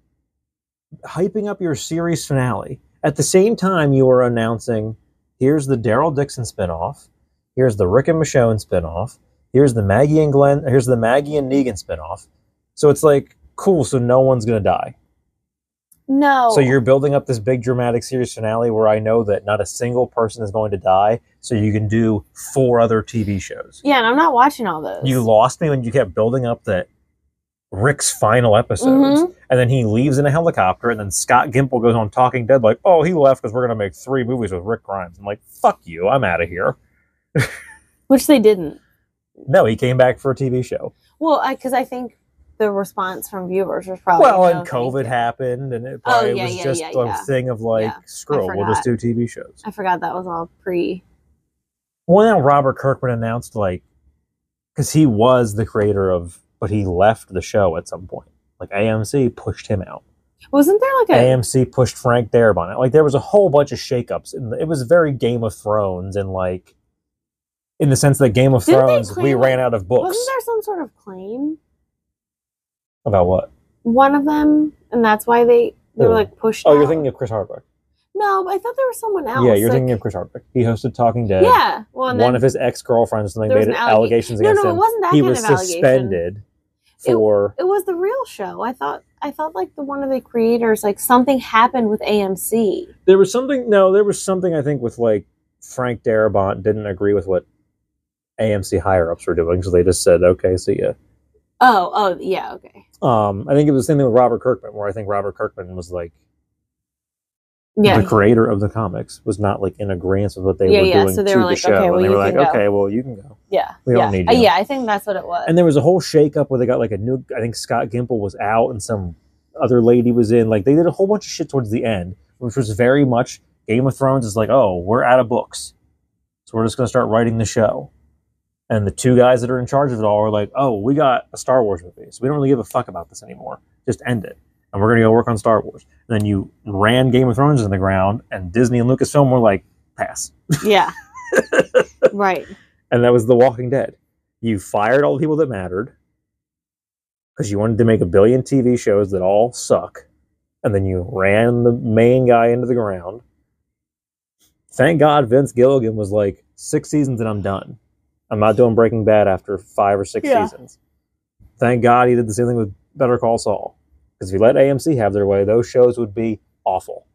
A: hyping up your series finale. At the same time, you are announcing here's the Daryl Dixon spinoff, here's the Rick and Michonne spinoff, here's the Maggie and Glenn, here's the Maggie and Negan spinoff. So it's like, cool, so no one's going to die.
B: no.
A: So you're building up this big dramatic series finale where I know that not a single person is going to die, so you can do four other TV shows.
B: Yeah, and I'm not watching all those.
A: You lost me when you kept building up that Rick's final episodes,
B: Mm-hmm.
A: and then he leaves in a helicopter, and then Scott Gimple goes on Talking Dead like, "Oh, he left because we're gonna make three movies with Rick Grimes." I'm like, "Fuck you, I'm out of here."
B: which they didn't.
A: No, he came back for a TV show.
B: Well, because I, think the response from viewers was probably
A: well,
B: Oh, no,
A: and
B: thank
A: COVID
B: you.
A: happened, and it probably
B: yeah,
A: was
B: yeah,
A: just
B: yeah,
A: a
B: yeah.
A: thing of like,
B: Yeah,
A: "Screw it, we'll just do TV shows."
B: I forgot that was all pre.
A: Well, now Robert Kirkman announced like, because he was the creator of, but he left the show at some point. Like AMC pushed him out.
B: Wasn't there like a
A: AMC pushed Frank Darabont. out. Like there was a whole bunch of shakeups, and it was very Game of Thrones, and like in the sense that Game of
B: Didn't they
A: Thrones, we
B: claim,
A: ran out of books
B: wasn't there some sort of claim?
A: about what?
B: One of them, and that's why they they were
A: Who?
B: like pushed.
A: Oh, you're
B: out.
A: thinking of Chris Hardwick.
B: No, but I thought there was someone else.
A: yeah, you're
B: like-
A: thinking of Chris Hardwick. He hosted Talking Dead.
B: Yeah, well,
A: One
B: and then,
A: of his ex girlfriends something
B: There was
A: made
B: an alleg-
A: allegations
B: no,
A: against
B: no, it
A: him.
B: wasn't that
A: he
B: kind
A: was
B: of allegation.
A: suspended
B: It-
A: for.
B: It was the real show. I thought I thought like the one of the creators like something happened with AMC.
A: There was something. No, there was something. I think with like Frank Darabont didn't agree with what AMC higher ups were doing, so they just said, "Okay, see ya."
B: Oh, oh, yeah, okay,
A: Um, I think it was the same thing with Robert Kirkman, where I think Robert Kirkman was like
B: yeah.
A: the creator of the comics was not like in agreement with what they
B: Yeah,
A: were
B: yeah,
A: doing
B: so they
A: to
B: were
A: the
B: like,
A: show,
B: okay,
A: and
B: well,
A: they
B: you
A: were like,
B: can go.
A: okay, well, you can go.
B: Yeah.
A: We
B: yeah.
A: don't need
B: Uh,
A: you.
B: yeah, I think that's what it was.
A: And there was a whole shakeup where they got like a new. I think Scott Gimple was out, and some other lady was in. Like they did a whole bunch of shit towards the end, which was very much Game of Thrones is like, oh, we're out of books, so we're just gonna start writing the show. And the two guys that are in charge of it all are like, oh, we got a Star Wars movie, so we don't really give a fuck about this anymore. Just end it, and we're gonna go work on Star Wars. And then you ran Game of Thrones in the ground, and Disney and Lucasfilm were like, pass.
B: yeah. right.
A: and that was The Walking Dead. You fired all the people that mattered because you wanted to make a billion TV shows that all suck, and then you ran the main guy into the ground. Thank God Vince Gilligan was like six seasons and I'm done. I'm not doing Breaking Bad after five or six
B: Yeah.
A: seasons. Thank God he did the same thing with Better Call Saul because if you let AMC have their way, those shows would be awful.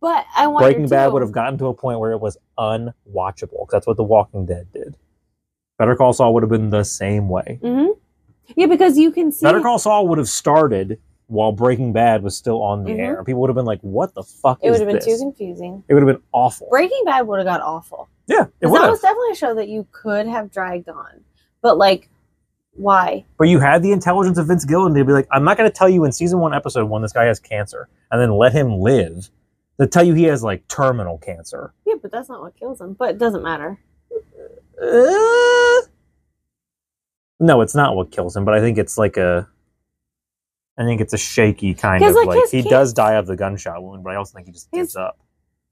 B: But I wanted
A: Breaking
B: to
A: Bad
B: know-
A: would have gotten to a point where it was unwatchable. 'cause that's what The Walking Dead did. Better Call Saul would have been the same way.
B: Mhm. Yeah, because you can see
A: Better Call Saul would have started while Breaking Bad was still on the
B: Mhm.
A: air. People would have been like, "What the fuck
B: it
A: is
B: would have been
A: this?"
B: too confusing.
A: it would have been awful.
B: Breaking Bad would have got awful.
A: yeah, it
B: 'Cause
A: would
B: that
A: have.
B: was definitely a show that you could have dragged on. But like why?
A: But you had the intelligence of Vince Gilligan to be like, "I'm not going to tell you in season one, episode one, this guy has cancer, and then let him live." They tell you he has like terminal cancer.
B: Yeah, but that's not what kills him. But it doesn't matter.
A: Uh, no, it's not what kills him, but I think it's like a. I think it's a shaky kind
B: 'Cause,
A: of
B: like,
A: like,
B: his
A: he
B: kid-
A: does die of the gunshot wound, but I also think he just
B: His-
A: gives up.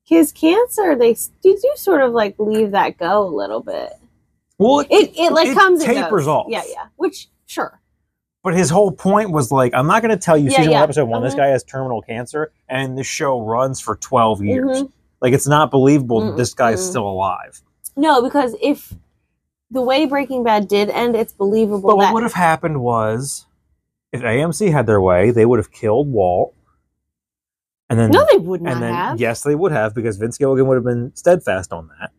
B: His cancer, they s- you do sort of like leave that go a little bit.
A: Well, it,
B: It it like
A: It
B: comes and
A: tapers
B: goes.
A: off.
B: Yeah, yeah. Which sure.
A: But his whole point was like, I'm not going to tell you
B: Yeah,
A: season one,
B: yeah.
A: episode one. This
B: Mhm.
A: guy has terminal cancer, and this show runs for 12 years.
B: Mhm.
A: Like, it's not believable that this guy's
B: Mm-mm.
A: still alive.
B: No, because if the way Breaking Bad did end, it's believable.
A: but what
B: that,
A: would have happened was, if AMC had their way, they would have killed Walt, and then
B: no, they would not
A: and then
B: have.
A: yes, they would have because Vince Gilligan would have been steadfast on that.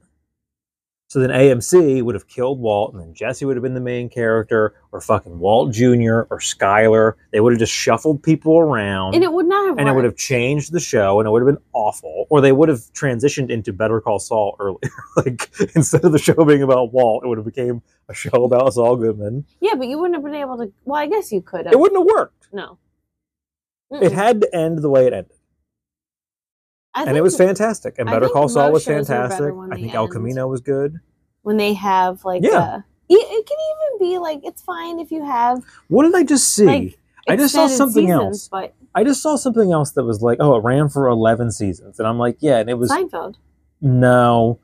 A: So then AMC would have killed Walt, and then Jesse would have been the main character, or fucking Walt Jr. or Skyler. They would have just shuffled people around,
B: and it would not have.
A: and it would
B: worked.
A: have changed the show, and it would have been awful. Or they would have transitioned into Better Call Saul earlier, like instead of the show being about Walt, it would have became a show about Saul Goodman.
B: Yeah, but you wouldn't have been able to. Well, I guess you could have.
A: It wouldn't have worked.
B: No.
A: It
B: Mm-mm.
A: had to end the way it ended.
B: I
A: and it
B: think
A: was fantastic. And
B: I
A: Better
B: think
A: Call Saul
B: most
A: was
B: shows are better
A: fantastic.
B: when
A: I
B: they
A: think El
B: end.
A: Camino was good.
B: when they have like
A: Yeah.
B: uh, it, it can even be like it's fine if you have
A: What did I just see?
B: like
A: I just saw
B: extended
A: something
B: seasons,
A: else.
B: but
A: I just saw something else that was like, oh, it ran for 11 seasons. And I'm like, yeah. And it was,
B: Seinfeld.
A: no,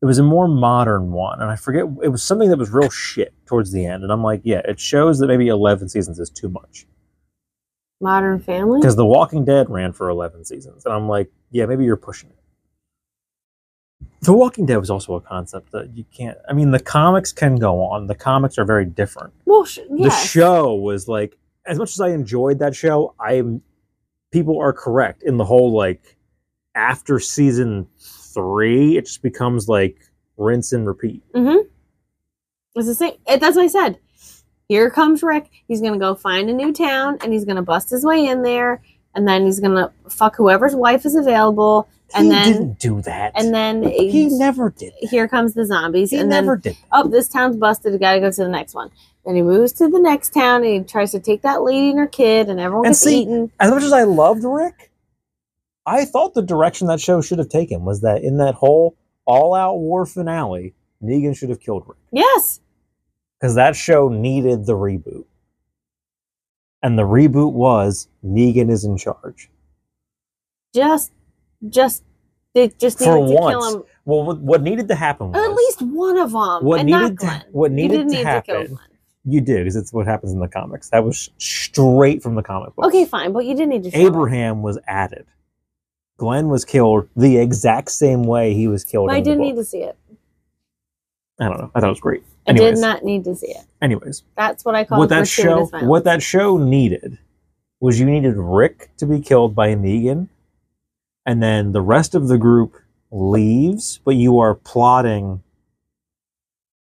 A: it was a more modern one. And I forget, it was something that was real shit towards the end. And I'm like, yeah, it shows that maybe 11 seasons is too much.
B: Modern Family.
A: Because The Walking Dead ran for 11 seasons. And I'm like, yeah, maybe you're pushing it. The Walking Dead was also a concept that you can't, I mean, the comics can go on, the comics are very different.
B: Well, sh-
A: the
B: yes.
A: show was like as much as i enjoyed that show i'm people are correct in the whole like after season three it just becomes like rinse and repeat
B: Mm-hmm. It's the same. It, that's what I said. Here comes Rick. He's gonna go find a new town, and he's gonna bust his way in there, and then he's gonna fuck whoever's wife is available, and
A: he
B: then
A: didn't do that
B: and then
A: he never did that.
B: here comes the zombies,
A: he
B: and
A: never did
B: then
A: that.
B: oh, this town's busted. Gotta go to the next one. Then he moves to the next town, and he tries to take that lady and her kid, and everyone
A: And
B: gets
A: see-
B: eaten.
A: as much as i loved rick i thought the direction that show should have taken was that in that whole all-out war finale negan should have killed rick
B: Yes,
A: because that show needed the reboot. And the reboot was Negan is in charge.
B: just, just they just
A: For
B: needed to
A: once,
B: kill him.
A: Well, what, what needed to happen was
B: At least one of them,
A: What
B: and
A: needed
B: not
A: to-
B: Glenn.
A: what
B: You
A: needed
B: didn't
A: to
B: need
A: happen-
B: to kill Glenn.
A: you did because it's what happens in the comics. That was straight from the comic book.
B: Okay, fine, but you didn't need to. Show it.
A: Abraham was added. Glenn was killed the exact same way he was killed.
B: But I
A: in the
B: didn't
A: book.
B: need to see it.
A: I don't know. I thought it was great.
B: I did
A: Anyways.
B: not need to see it.
A: Anyways,
B: That's what I call
A: what that show
B: gratuitous violence.
A: what that show needed was you needed Rick to be killed by Negan, and then the rest of the group leaves, but you are plotting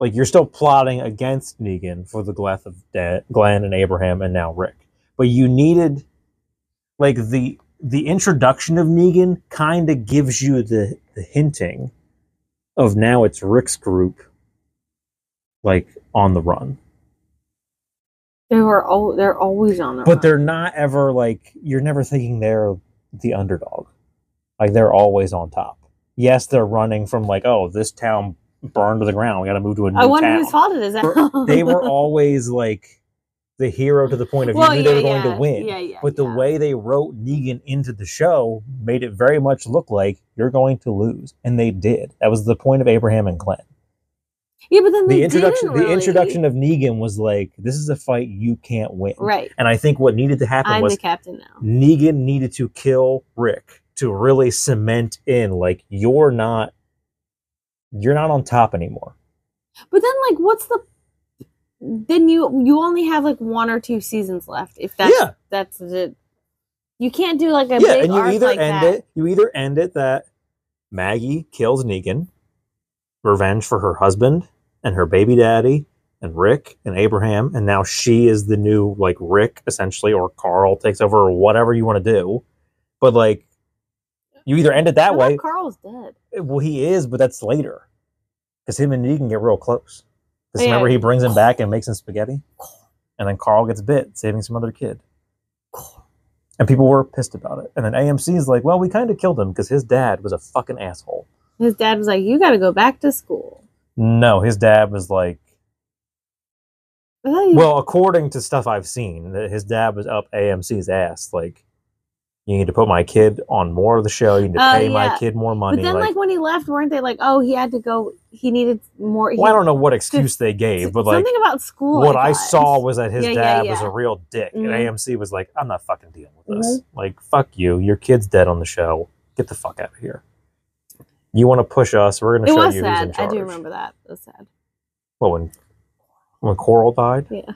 A: like you're still plotting against Negan for the death of De- Glenn and Abraham and now Rick. But you needed like the the introduction of Negan kind of gives you the the hinting of now it's Rick's group like on the run.
B: They were all they're always on the
A: but
B: run.
A: they're not ever like you're never thinking they're the underdog like they're always on top yes they're running from like oh this town burned to the ground we gotta move to a new
B: I wonder
A: town
B: whose fault it is.
A: But they were always like the hero to the point of
B: Well,
A: you knew
B: yeah,
A: they were going
B: yeah,
A: to win
B: yeah, yeah,
A: but the
B: yeah.
A: way they wrote negan into the show made it very much look like you're going to lose and they did that was the point of abraham and glenn
B: yeah, but then they
A: the introduction
B: didn't really.
A: the introduction of negan was like this is a fight you can't win
B: Right,
A: and i think what needed to happen
B: I'm
A: was
B: the captain now.
A: Negan needed to kill Rick to really cement in like you're not you're not on top anymore.
B: But then, like, what's the? Then you you only have like one or two seasons left. If that's
A: Yeah.
B: that's it. You can't do like a
A: yeah,
B: big
A: and you
B: arc
A: either
B: like
A: end
B: that.
A: it you either end it that Maggie kills Negan, revenge for her husband and her baby daddy and Rick and Abraham, and now she is the new like Rick essentially, or Carl takes over or whatever you want to do. But like you either end it
B: I
A: that
B: thought
A: way.
B: Carl's dead.
A: Well, he is, but that's later. Because him and Negan get real close. Because
B: Oh, yeah.
A: remember, he brings him back and makes him spaghetti. And then Carl gets bit, saving some other kid. And people were pissed about it. And then AMC is like, well, we kind of killed him because his dad was a fucking asshole.
B: His dad was like, "You got to go back to school."
A: No, his dad was like,
B: I thought he-
A: well, according to stuff I've seen, that his dad was up AMC's ass, like You need to put my kid on more of the show. You need to
B: Oh,
A: pay my
B: yeah.
A: kid more money.
B: but then, like, when he left, weren't they like, oh, he had to go, he needed more. he-
A: well, I don't know what excuse they gave, but like
B: something about school.
A: what I,
B: thought.
A: saw was that his
B: Yeah, yeah,
A: dad was
B: yeah.
A: a real dick,
B: Mhm.
A: and AMC was like, "I'm not fucking dealing with this.
B: Mm-hmm.
A: Like, fuck you. Your kid's dead on the show. Get the fuck out of here. You want to push us? We're going to
B: It
A: show
B: was
A: you who's in
B: sad. I
A: charge."
B: do remember that. It was sad.
A: Well, when when Coral died,
B: Yeah.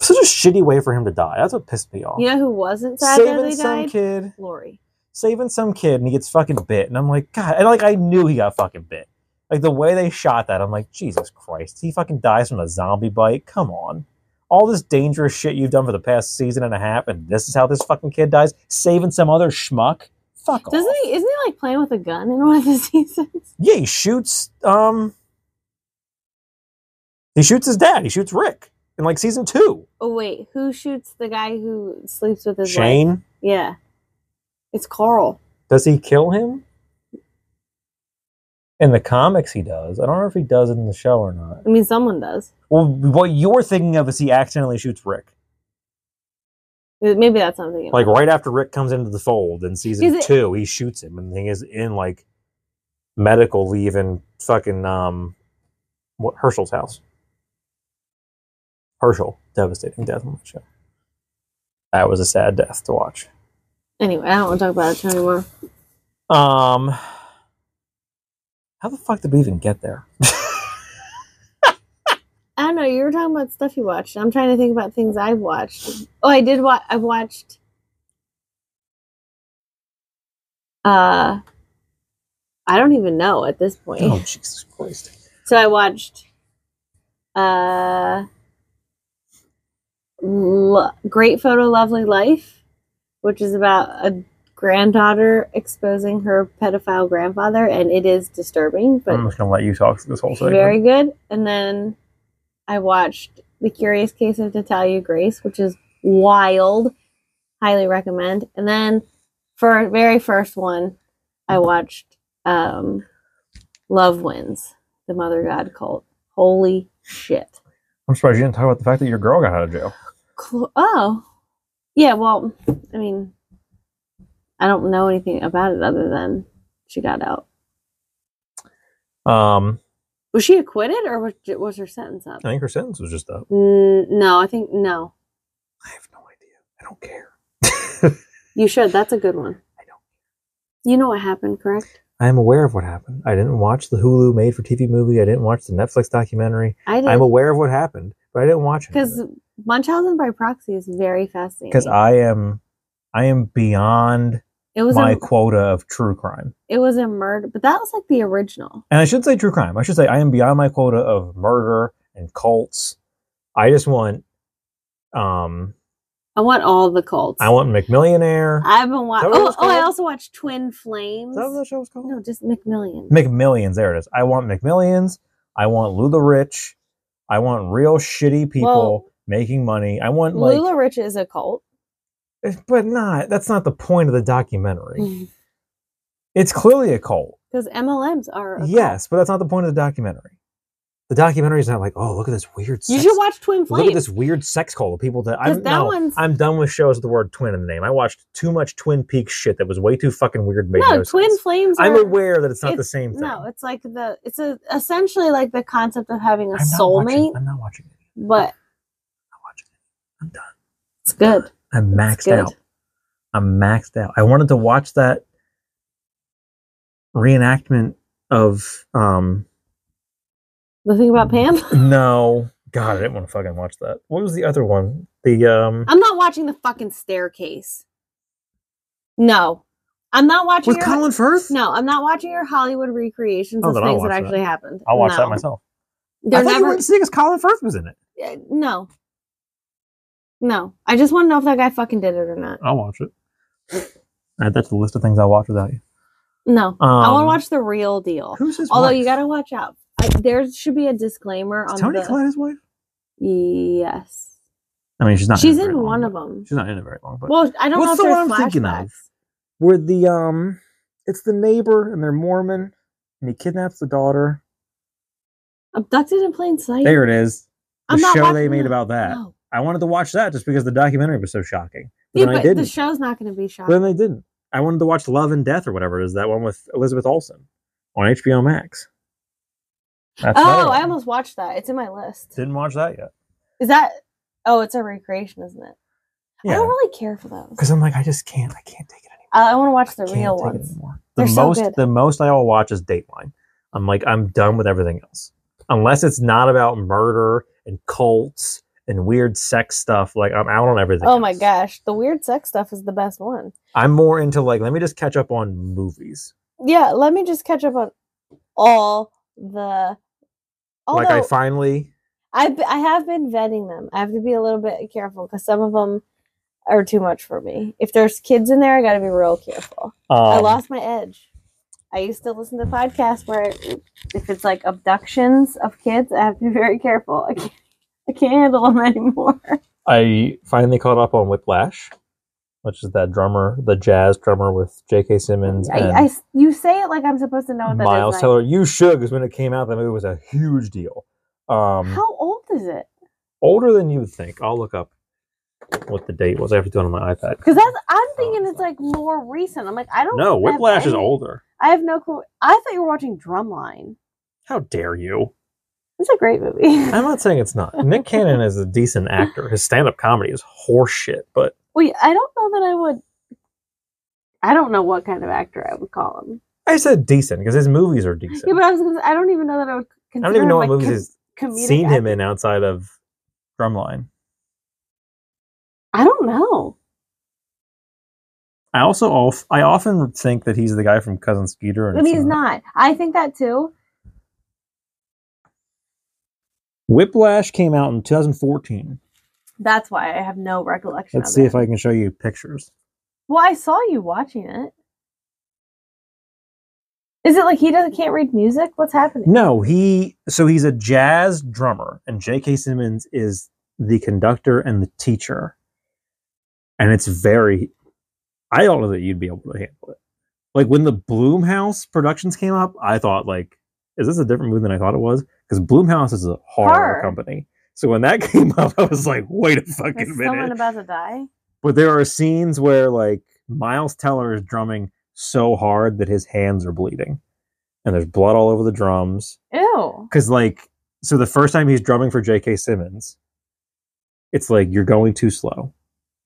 A: such a shitty way for him to die. That's what pissed me off.
B: You know who wasn't sad that
A: Oh. saving
B: they
A: some
B: died?
A: kid,
B: Lori.
A: saving some kid, and he gets fucking bit, and I'm like, God, and like I knew he got fucking bit. Like the way they shot that, I'm like, Jesus Christ, he fucking dies from a zombie bite. Come on. All this dangerous shit you've done for the past season and a half, and this is how this fucking kid dies, saving some other schmuck. Fuck off.
B: Doesn't he? Isn't he like playing with a gun in one of the seasons?
A: Yeah, he shoots. Um, he shoots his dad. He shoots Rick in like season two.
B: Oh wait, who shoots the guy who sleeps with his wife?
A: Shane,
B: Yeah, it's Carl.
A: does he kill him? In the comics, he does. I don't know if he does it in the show or not.
B: I mean, someone does.
A: Well, what you're thinking of is he accidentally shoots Rick,
B: Maybe that's something.
A: like right after Rick comes into the fold in season
B: Is it-
A: two, he shoots him, and he is in like medical leave in fucking um, what Herschel's house. Herschel, devastating death on the show. That was a sad death to watch.
B: Anyway, I don't want to talk about it anymore.
A: Um, how the fuck did we even get there?
B: I don't know. You were talking about stuff you watched. I'm trying to think about things I've watched. Oh, I did watch. I've watched. Uh, I don't even know at this point.
A: Oh Jesus Christ!
B: So I watched uh Lo- Great Photo Lovely Life, which is about a granddaughter exposing her pedophile grandfather and it is disturbing
A: I'm
B: but
A: just gonna let you talk through this whole thing.
B: very good. And then I watched The Curious Case of Natalia Grace, which is wild. Highly recommend. And then for very first one, I watched um, Love Wins, the Mother God cult. Holy shit.
A: I'm surprised you didn't talk about the fact that your girl got out of jail.
B: Cl- oh. Yeah, well, I mean, I don't know anything about it other than she got out.
A: Um,
B: Was she acquitted or was, was her sentence up?
A: I think her sentence was just uh, up.
B: Mm, no, I think no.
A: I have no idea. I don't care.
B: You should. That's a good one.
A: I don't.
B: You know what happened, correct?
A: I am aware of what happened. I didn't watch the Hulu made for TV movie. I didn't watch the Netflix documentary.
B: I
A: I'm
B: did.
A: aware of what happened, but I didn't watch it
B: Because Munchausen by proxy is very fascinating.
A: because I am, I am beyond
B: it was
A: my
B: a
A: quota of true crime.
B: it was a murder, but that was like the original.
A: And I should say true crime. I should say I am beyond my quota of murder and cults. I just want, um,
B: I want all the cults.
A: I want McMillionaire.
B: I've been watching.
A: Is that what it
B: Oh,
A: was
B: oh, I
A: called?
B: also watched Twin Flames.
A: Is that what the show was called?
B: No, just McMillian.
A: McMillions. There it is. I want McMillions. I want Lula Rich. I want real shitty people
B: Well-
A: making money. I want like,
B: Lula Rich is a cult.
A: but not. That's not the point of the documentary.
B: Because
A: it's clearly a cult.
B: MLMs are. a cult.
A: Yes, but that's not the point of the documentary. The documentary is not like, oh, look at this weird.
B: You
A: sex-
B: should watch Twin
A: Look
B: Flames.
A: at this weird sex cult of people that I'm.
B: Because that
A: no,
B: one's-
A: I'm done with shows with the word twin in the name. I watched too much Twin Peaks shit that was way too fucking weird. and Made
B: no,
A: no
B: Twin
A: sense.
B: Flames. Are,
A: I'm aware that it's not the
B: it's-
A: same thing.
B: No, it's like the it's a, essentially like the concept of having a
A: I'm not watching-
B: soulmate,
A: I'm not watching it.
B: but
A: I'm not watching it. I'm done.
B: it's good.
A: I'm
B: It's
A: maxed
B: good.
A: out. I'm maxed out. I wanted to watch that reenactment of um
B: The thing about Pam.
A: no god I didn't want to fucking watch that. What was the other one? The um
B: I'm not watching the fucking staircase. No, I'm not watching
A: with
B: your.
A: Colin Firth?
B: no, I'm not watching your Hollywood recreations
A: Oh,
B: of
A: then I'll
B: things that
A: watch
B: actually happened.
A: I'll watch
B: no.
A: that myself. I
B: They're
A: thought you
B: never.
A: went to see because Colin Firth was in it.
B: uh, no. No, I just want to know if that guy fucking did it or not.
A: I'll watch it. Add that to the list of things I'll watch without you.
B: No, I want to
A: Um,
B: watch the real deal.
A: Who's his
B: Although
A: wife?
B: you got to watch out. I, there should be a disclaimer
A: Is
B: on
A: Tony
B: the.
A: Collette his wife?
B: Yes,
A: I mean she's not
B: she's
A: it very
B: in
A: long,
B: one
A: but-
B: of them.
A: She's not in it very long, but
B: Well, I don't
A: What's
B: know
A: the
B: if
A: one
B: there's
A: I'm thinking
B: flashbacks.
A: of? where the um it's the neighbor and they're Mormon and he kidnaps the daughter.
B: Abducted in Um, plain sight.
A: There it is. The
B: I'm not
A: show
B: watching
A: they made
B: that. Oh.
A: about that.
B: No.
A: I wanted to watch that just because the documentary was so shocking. But
B: Yeah,
A: then I
B: but
A: didn't.
B: the show's not going to be shot.
A: But then they didn't. I wanted to watch Love and Death or whatever it is that one with Elizabeth Olsen on HBO Max. That's another
B: Oh,
A: one.
B: I almost watched that. It's in my list.
A: didn't watch that yet.
B: Is that? Oh, it's a recreation, isn't it? I don't
A: Yeah,
B: really care for those.
A: because I'm like, I just can't. I can't take it anymore.
B: I, I want to watch the
A: Can't
B: real
A: take it
B: ones.
A: anymore. The
B: They're so
A: most,
B: good.
A: the most I will watch is Dateline. I'm like, I'm done with everything else, unless it's not about murder and cults and weird sex stuff. Like, I'm out on everything.
B: Oh my
A: else.
B: gosh, the weird sex stuff is the best one.
A: I'm more into like, let me just catch up on movies.
B: Yeah, let me just catch up on all the. Although
A: like, I finally
B: I've, be- I have been vetting them. I have to be a little bit careful because some of them are too much for me. If there's kids in there, I got to be real careful.
A: um,
B: I lost my edge. I used to listen to podcasts where it- if it's like abductions of kids, I have to be very careful. I can't, I can't handle them anymore.
A: I finally caught up on Whiplash, which is that drummer, the jazz drummer with J.K. Simmons
B: I,
A: and
B: I s- you say it like I'm supposed to know what that is.
A: Miles
B: and I-
A: Teller. You should, because when it came out, that movie was a huge deal. Um,
B: How old is it?
A: older than you would think. I'll look up what the date was. I have to do it on my iPad.
B: Because that's I'm thinking it's like more recent. I'm like I don't.
A: Oh, no,
B: have
A: Whiplash is
B: any-
A: older.
B: I have no clue. I thought you were watching Drumline.
A: How dare you?
B: It's a great movie.
A: I'm not saying it's not. Nick Cannon is a decent actor. His stand-up comedy is horseshit, but
B: Wait, I don't know that I would. I don't know what kind of actor I would call him.
A: I said decent because his movies are
B: Yeah,
A: decent.
B: but I was. Gonna, say- I don't even know that I would.
A: I
B: Consider
A: don't even know
B: him
A: what
B: a
A: movies
B: com-
A: he's
B: comedic
A: seen him
B: actor.
A: in outside of Drumline.
B: I don't know.
A: I also of, I often think that he's the guy from Cousin Skeeter, and
B: But
A: it's uh,
B: he's not. I think that too.
A: Whiplash came out in 2014.
B: That's why I have no recollection.
A: Let's
B: of
A: see
B: it.
A: if I can show you pictures.
B: Well, I saw you watching it. Is it like he doesn't can't read music? What's happening?
A: No, he so he's a jazz drummer, and J.K. Simmons is the conductor and the teacher, and it's very. I don't know that you'd be able to handle it. Like when the Bloomhouse productions came up, I thought like, is this a different movie than I thought it was? Because Bloomhouse is a horror,
B: Horror.
A: company. So when that came up, I was like, wait a fucking
B: Is
A: minute.
B: someone about to die?
A: But there are scenes where like Miles Teller is drumming so hard that his hands are bleeding. And there's blood all over the drums.
B: Ew.
A: Cause like so the first time he's drumming for J.K. Simmons, it's like you're going too slow.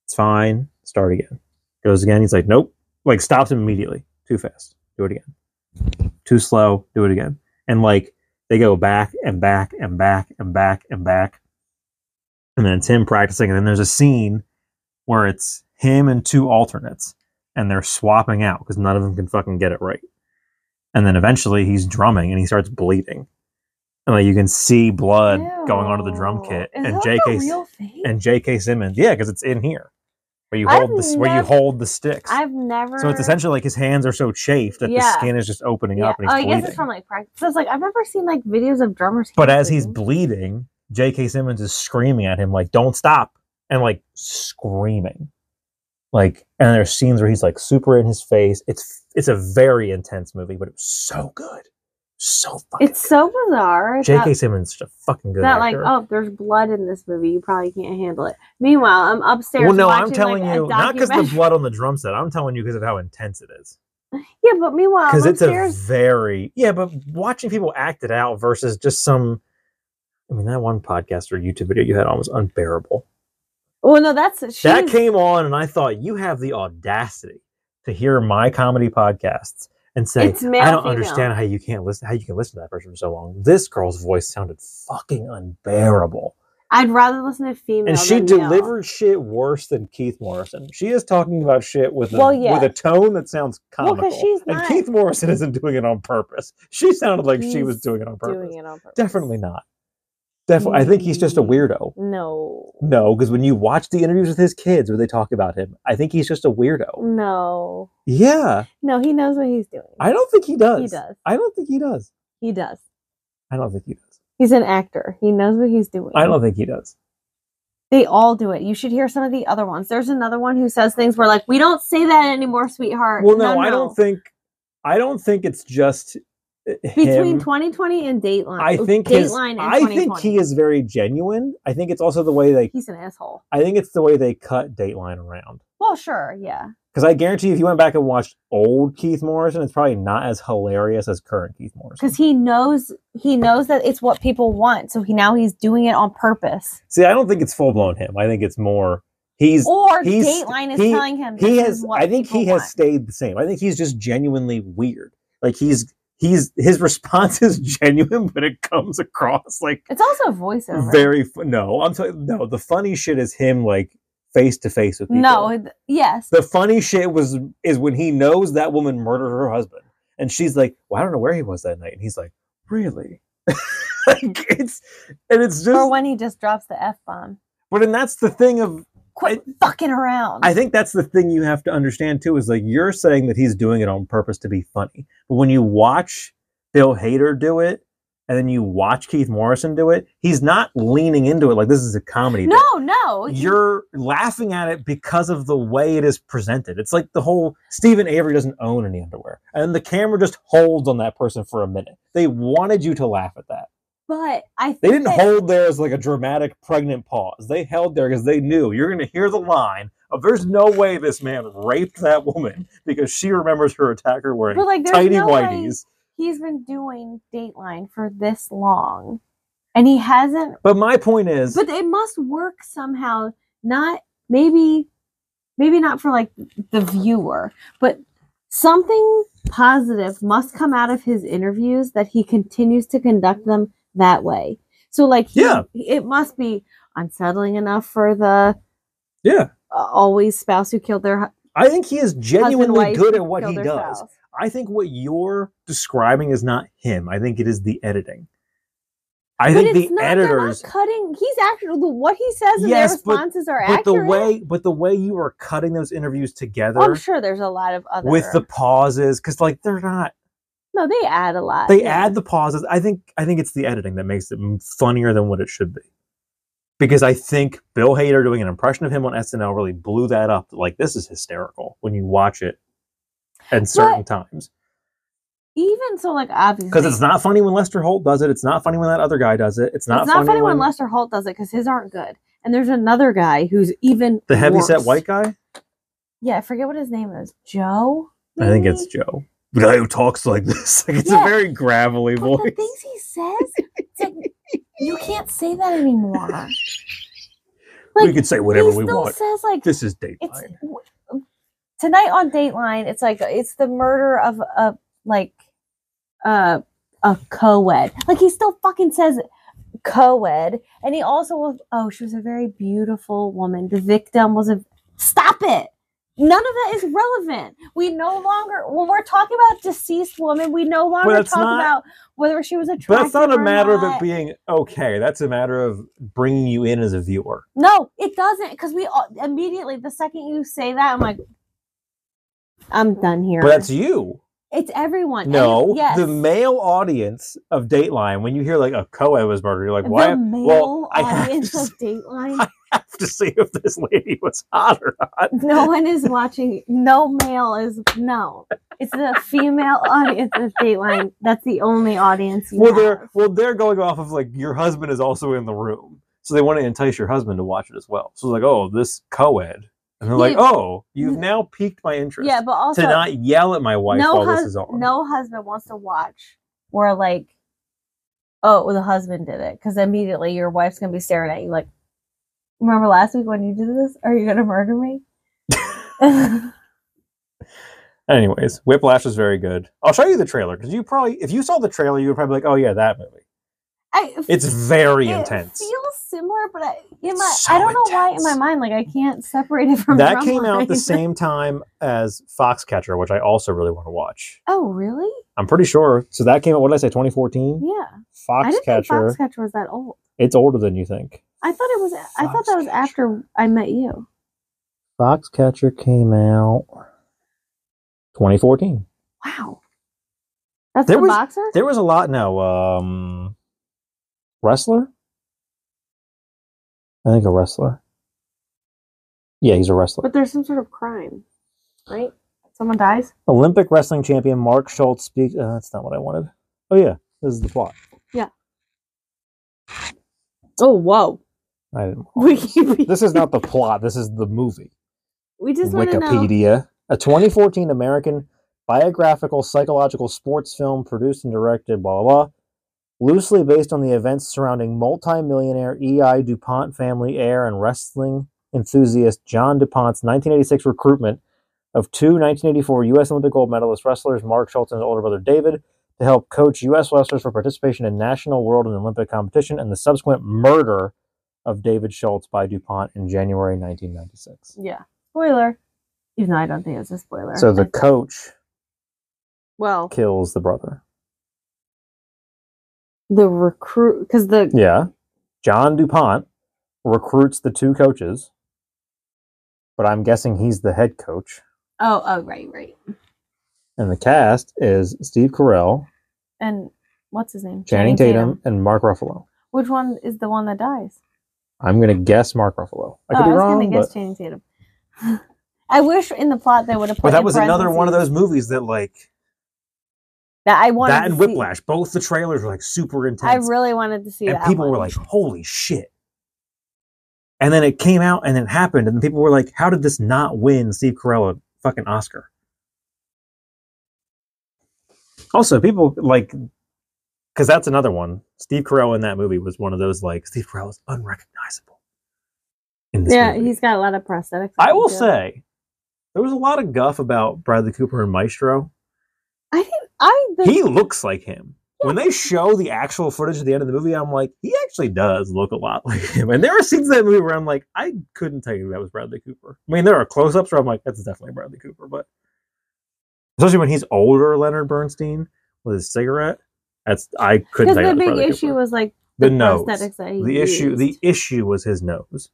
A: It's fine. Start again. Goes again. He's like, Nope. Like stops him immediately. Too fast. Do it again. Too slow. Do it again. And like they go back and back and back and back and back. And then it's him practicing. And then there's a scene where it's him and two alternates and they're swapping out because none of them can fucking get it right. And then eventually he's drumming and he starts bleeding. And like you can see blood going onto the drum
B: Ew.
A: kit. and
B: Is that like
A: JK
B: a real thing?
A: and J.K. Simmons. Yeah, because it's in here where you
B: I've
A: hold the where you
B: nev-
A: hold the sticks.
B: I've never.
A: so it's essentially like his hands are so chafed that the
B: Yeah.
A: skin is just opening
B: Yeah.
A: up and he's
B: oh, I
A: bleeding.
B: guess it's from like practice. It's like I've never seen like videos of drummers.
A: but
B: hand
A: as he's
B: bleeding.
A: bleeding, J.K. Simmons is screaming at him like, "Don't stop!" and like screaming, like. And there's scenes where he's like super in his face. It's it's a very intense movie, but it's so good, so fucking.
B: it's so bizarre.
A: good.
B: It's
A: J.K.
B: not-
A: Simmons is such a fucking good
B: not like
A: actor.
B: oh, there's blood in this movie. You probably can't handle it. Meanwhile, I'm upstairs.
A: well, no, I'm
B: watching,
A: telling
B: like, a
A: you, not because the
B: documentary-
A: blood on the drum set. I'm telling you because of how intense it is.
B: Yeah, but meanwhile,
A: because
B: I'm
A: it's a
B: upstairs.
A: very yeah but watching people act it out versus just some i mean that one podcast or youtube video you had on was unbearable
B: Well, no, that's she's,
A: that came on and i thought you have the audacity to hear my comedy podcasts and say
B: It's male,
A: i don't
B: female."
A: understand how you can't listen how you can listen to that person for so long this girl's voice sounded fucking unbearable
B: I'd rather listen to female.
A: and she
B: than male.
A: delivered shit worse than keith morrison she is talking about shit with a,
B: Well, yeah.
A: with a tone that sounds
B: Well,
A: comical
B: 'cause she's
A: and
B: not-
A: keith morrison isn't doing it on purpose she sounded like she
B: He's
A: was doing it on purpose
B: doing it on purpose.
A: Definitely not. Definitely, I think he's just a
B: Mm.
A: weirdo.
B: No.
A: No, because when you watch the interviews with his kids where they talk about him, I think he's just a
B: Mm.
A: weirdo.
B: No.
A: Yeah,
B: No, he knows what he's doing.
A: I don't think he does.
B: He does.
A: I don't think he does.
B: He does.
A: I don't think he does.
B: He's an actor. He knows what he's doing.
A: I don't think he does.
B: They all do it. You should hear some of the other ones. There's another one who says things where like, "We don't say that anymore, sweetheart."
A: Well, no, I don't think. I don't think it's just eh,
B: between
A: him.
B: 2020 and Dateline.
A: I
B: Oh,
A: think his,
B: Dateline and
A: I think
B: 2020.
A: he is very genuine. I think it's also the way they.
B: he's an asshole.
A: I think it's the way they cut Dateline around.
B: Well, sure, yeah.
A: Because I guarantee, if you went back and watched old Keith Morrison, it's probably not as hilarious as current Keith Morrison.
B: Because he knows he knows that it's what people want, so he now he's doing it on purpose.
A: See, I don't think it's full blown him. I think it's more he's
B: Or
A: he's-
B: Dateline is
A: he-
B: telling him this
A: he
B: is
A: has.
B: what
A: I think he
B: people
A: has stayed the same. I think he's just genuinely weird. Like he's he's his response is genuine, but it comes across like
B: want. It's also a voiceover.
A: very fu- no. I'm sorry. No, the funny shit is him like face to face with people.
B: no, it- yes,
A: The funny shit was is when he knows that woman murdered her husband, and she's like, "Well, I don't know where he was that night," and he's like, "Really?" like it's and it's just.
B: or when he just drops the f bomb.
A: but and that's the thing of
B: Quit fucking around.
A: I think that's the thing you have to understand too is like you're saying that he's doing it on purpose to be funny, but when you watch Bill Hader do it. And then you watch Keith Morrison do it. He's not leaning into it like this is a comedy. bit.
B: no, no, he-
A: you're laughing at it because of the way it is presented. It's like the whole Stephen Avery doesn't own any underwear, and the camera just holds on that person for a minute. They wanted you to laugh at that.
B: But I think
A: They didn't
B: that-
A: hold there as like a dramatic pregnant pause. They held there because they knew you're going to hear the line of "There's no way this man raped that woman because she remembers her attacker wearing
B: But like, there's
A: tidy
B: no way
A: whities."
B: he's been doing Dateline for this long, and he hasn't.
A: But my point is,
B: But it must work somehow. Not maybe, maybe not for like the viewer, but something positive must come out of his interviews that he continues to conduct them that way. So like, he-
A: Yeah.
B: it must be unsettling enough for the
A: yeah,
B: uh, always spouse who killed their hu-
A: I think he is genuinely
B: husband, wife,
A: good
B: who
A: at what
B: killed
A: he
B: their
A: does.
B: spouse.
A: I think what you're describing is not him. I think it is the editing. I
B: but
A: think
B: it's
A: the
B: not, they're not
A: editors,
B: cutting. He's actually the, what he says and
A: Yes,
B: their
A: but-
B: responses are
A: but
B: accurate. Oh,
A: the way, but the way you are cutting those interviews together
B: I'm sure there's a lot of other
A: with the pauses, because like they're not,
B: no, they add a lot.
A: they
B: yeah.
A: add the pauses. I think, I think it's the editing that makes it m- funnier than what it should be, because I think Bill Hader doing an impression of him on SNL really blew that up. Like this is hysterical when you watch it, at certain times.
B: even so, like obviously
A: Because it's not funny when Lester Holt does it. It's not funny when that other guy does it. It's
B: It's
A: not, funny,
B: when,
A: when,
B: Lester Holt does it because his aren't good. And there's another guy who's even
A: the heavy set
B: worse.
A: white guy.
B: Yeah, I forget what his name is. Joe.
A: I think it's
B: maybe?
A: Joe. The guy who talks like this. Like it's
B: Mm. Yeah.
A: a very gravelly
B: But the
A: voice.
B: things he says, it's like you can't say that anymore. Like
A: we could say whatever
B: he
A: we
B: still
A: want.
B: says like
A: This is
B: it's
A: Dateline.
B: w- tonight on Dateline. It's like it's the murder of a like uh, a co-ed. Like he still fucking says co-ed, and he also was. Oh, she was a very beautiful woman. The victim was a. Stop it. None of that is relevant. We no longer, when we're talking about deceased woman, we no longer
A: that's
B: talk
A: not-
B: about whether she was attractive.
A: But that's not a
B: or
A: matter of
B: not.
A: it being okay. That's a matter of bringing you in as a viewer.
B: No, it doesn't. Because we all, immediately, the second you say that, I'm like, I'm done here.
A: But that's you.
B: it's everyone.
A: No,
B: And, yes.
A: the male audience of Dateline. When you hear like a co-ed was murdered, you're like,
B: The
A: why?
B: male
A: well, I have
B: audience
A: to-
B: of Dateline.
A: I have to see if this lady was hot or not.
B: No one is watching. No male is no. It's the female audience of Dateline. That's the only audience. You
A: Well,
B: have.
A: they're well, they're going off of like your husband is also in the room, so they want to entice your husband to watch it as well. So like, oh, this co-ed, and they're like,
B: Yeah.
A: oh, you've now piqued my interest
B: yeah, but also
A: to not yell at my wife
B: no
A: while this
B: hus-
A: is on.
B: no husband wants to watch where like, oh, well, the husband did it because immediately your wife's gonna be staring at you like, remember last week when you did this? Are you gonna murder me?
A: Anyways, Whiplash is very good. I'll show you the trailer because you probably, if you saw the trailer, you would probably be like, oh yeah, that movie.
B: I
A: It's very
B: it
A: intense.
B: Feels similar, but I, in my,
A: So
B: I don't know why in my
A: intense.
B: mind, like I can't separate it from
A: That
B: Drumline.
A: came out the same time as Foxcatcher, which I also really want to watch.
B: Oh, really?
A: I'm pretty sure. So that came out. What did I say? 2014.
B: Yeah. I didn't think
A: Foxcatcher.
B: Foxcatcher was that old.
A: It's older than you think.
B: I thought it was. I thought that was
A: Foxcatcher.
B: after I met you.
A: Foxcatcher came out 2014.
B: Wow. That's
A: There
B: the
A: was-
B: boxer.
A: There was a lot. No, um, wrestler. I think a wrestler. Yeah, he's a wrestler.
B: But there's some sort of crime, right? Someone dies.
A: Olympic wrestling champion Mark Schultz speaks. Uh, that's not what I wanted. Oh yeah, this is the plot.
B: Oh, whoa.
A: I didn't.
B: We, we,
A: This is not the plot. This is the movie.
B: we just want to know.
A: Wikipedia, a 2014 American biographical psychological sports film produced and directed, blah, blah, blah, loosely based on the events surrounding multimillionaire E.I. DuPont family heir and wrestling enthusiast John DuPont's 1986 recruitment of two 1984 U.S. Olympic gold medalist wrestlers, Mark Schultz and his older brother David, to help coach U.S. wrestlers for participation in national, world, and Olympic competition, and the subsequent murder of David Schultz by DuPont in January 1996.
B: Yeah. Spoiler. Even though I don't think it's a spoiler.
A: So the coach
B: well,
A: kills the brother.
B: the recruit, because the
A: Yeah. John DuPont recruits the two coaches, but I'm guessing he's the head coach.
B: oh oh right right
A: And the cast is Steve Carell,
B: and what's his name
A: Channing Tatum, and Mark Ruffalo.
B: Which one is the one that dies?
A: I'm going to guess Mark Ruffalo. I
B: Oh,
A: could be
B: was
A: wrong.
B: gonna guess
A: But,
B: Channing Tatum. I wish in the plot they would have put.
A: but that
B: in
A: was another one of
B: parentheses
A: those movies that, like,
B: that I wanted.
A: that and
B: to see.
A: Whiplash, both the trailers were like super
B: I
A: intense.
B: really wanted to see
A: and
B: that.
A: people were
B: one.
A: like, holy shit. And then it came out and it happened. And people were like, how did this not win Steve Carell a fucking Oscar? Also, people like, because that's another one. Steve Carell in that movie was one of those like, Steve Carell is unrecognizable in this
B: "Yeah,
A: movie.
B: he's got a lot of prosthetics."
A: I
B: on
A: will
B: too.
A: say, there was a lot of guff about Bradley Cooper and Maestro.
B: I didn't. I the,
A: He looks like him. When they show the actual footage at the end of the movie, I'm like, he actually does look a lot like him. And there are scenes in that movie where I'm like, I couldn't tell you that was Bradley Cooper. I mean, there are close ups where I'm like, that's definitely Bradley Cooper, but especially when he's older, Leonard Bernstein with his cigarette, that's I couldn't tell you
B: because the
A: that was
B: big
A: Bradley
B: issue
A: Cooper.
B: was like
A: the,
B: the,
A: nose.
B: prosthetics that he
A: The issue,
B: used.
A: the issue was his nose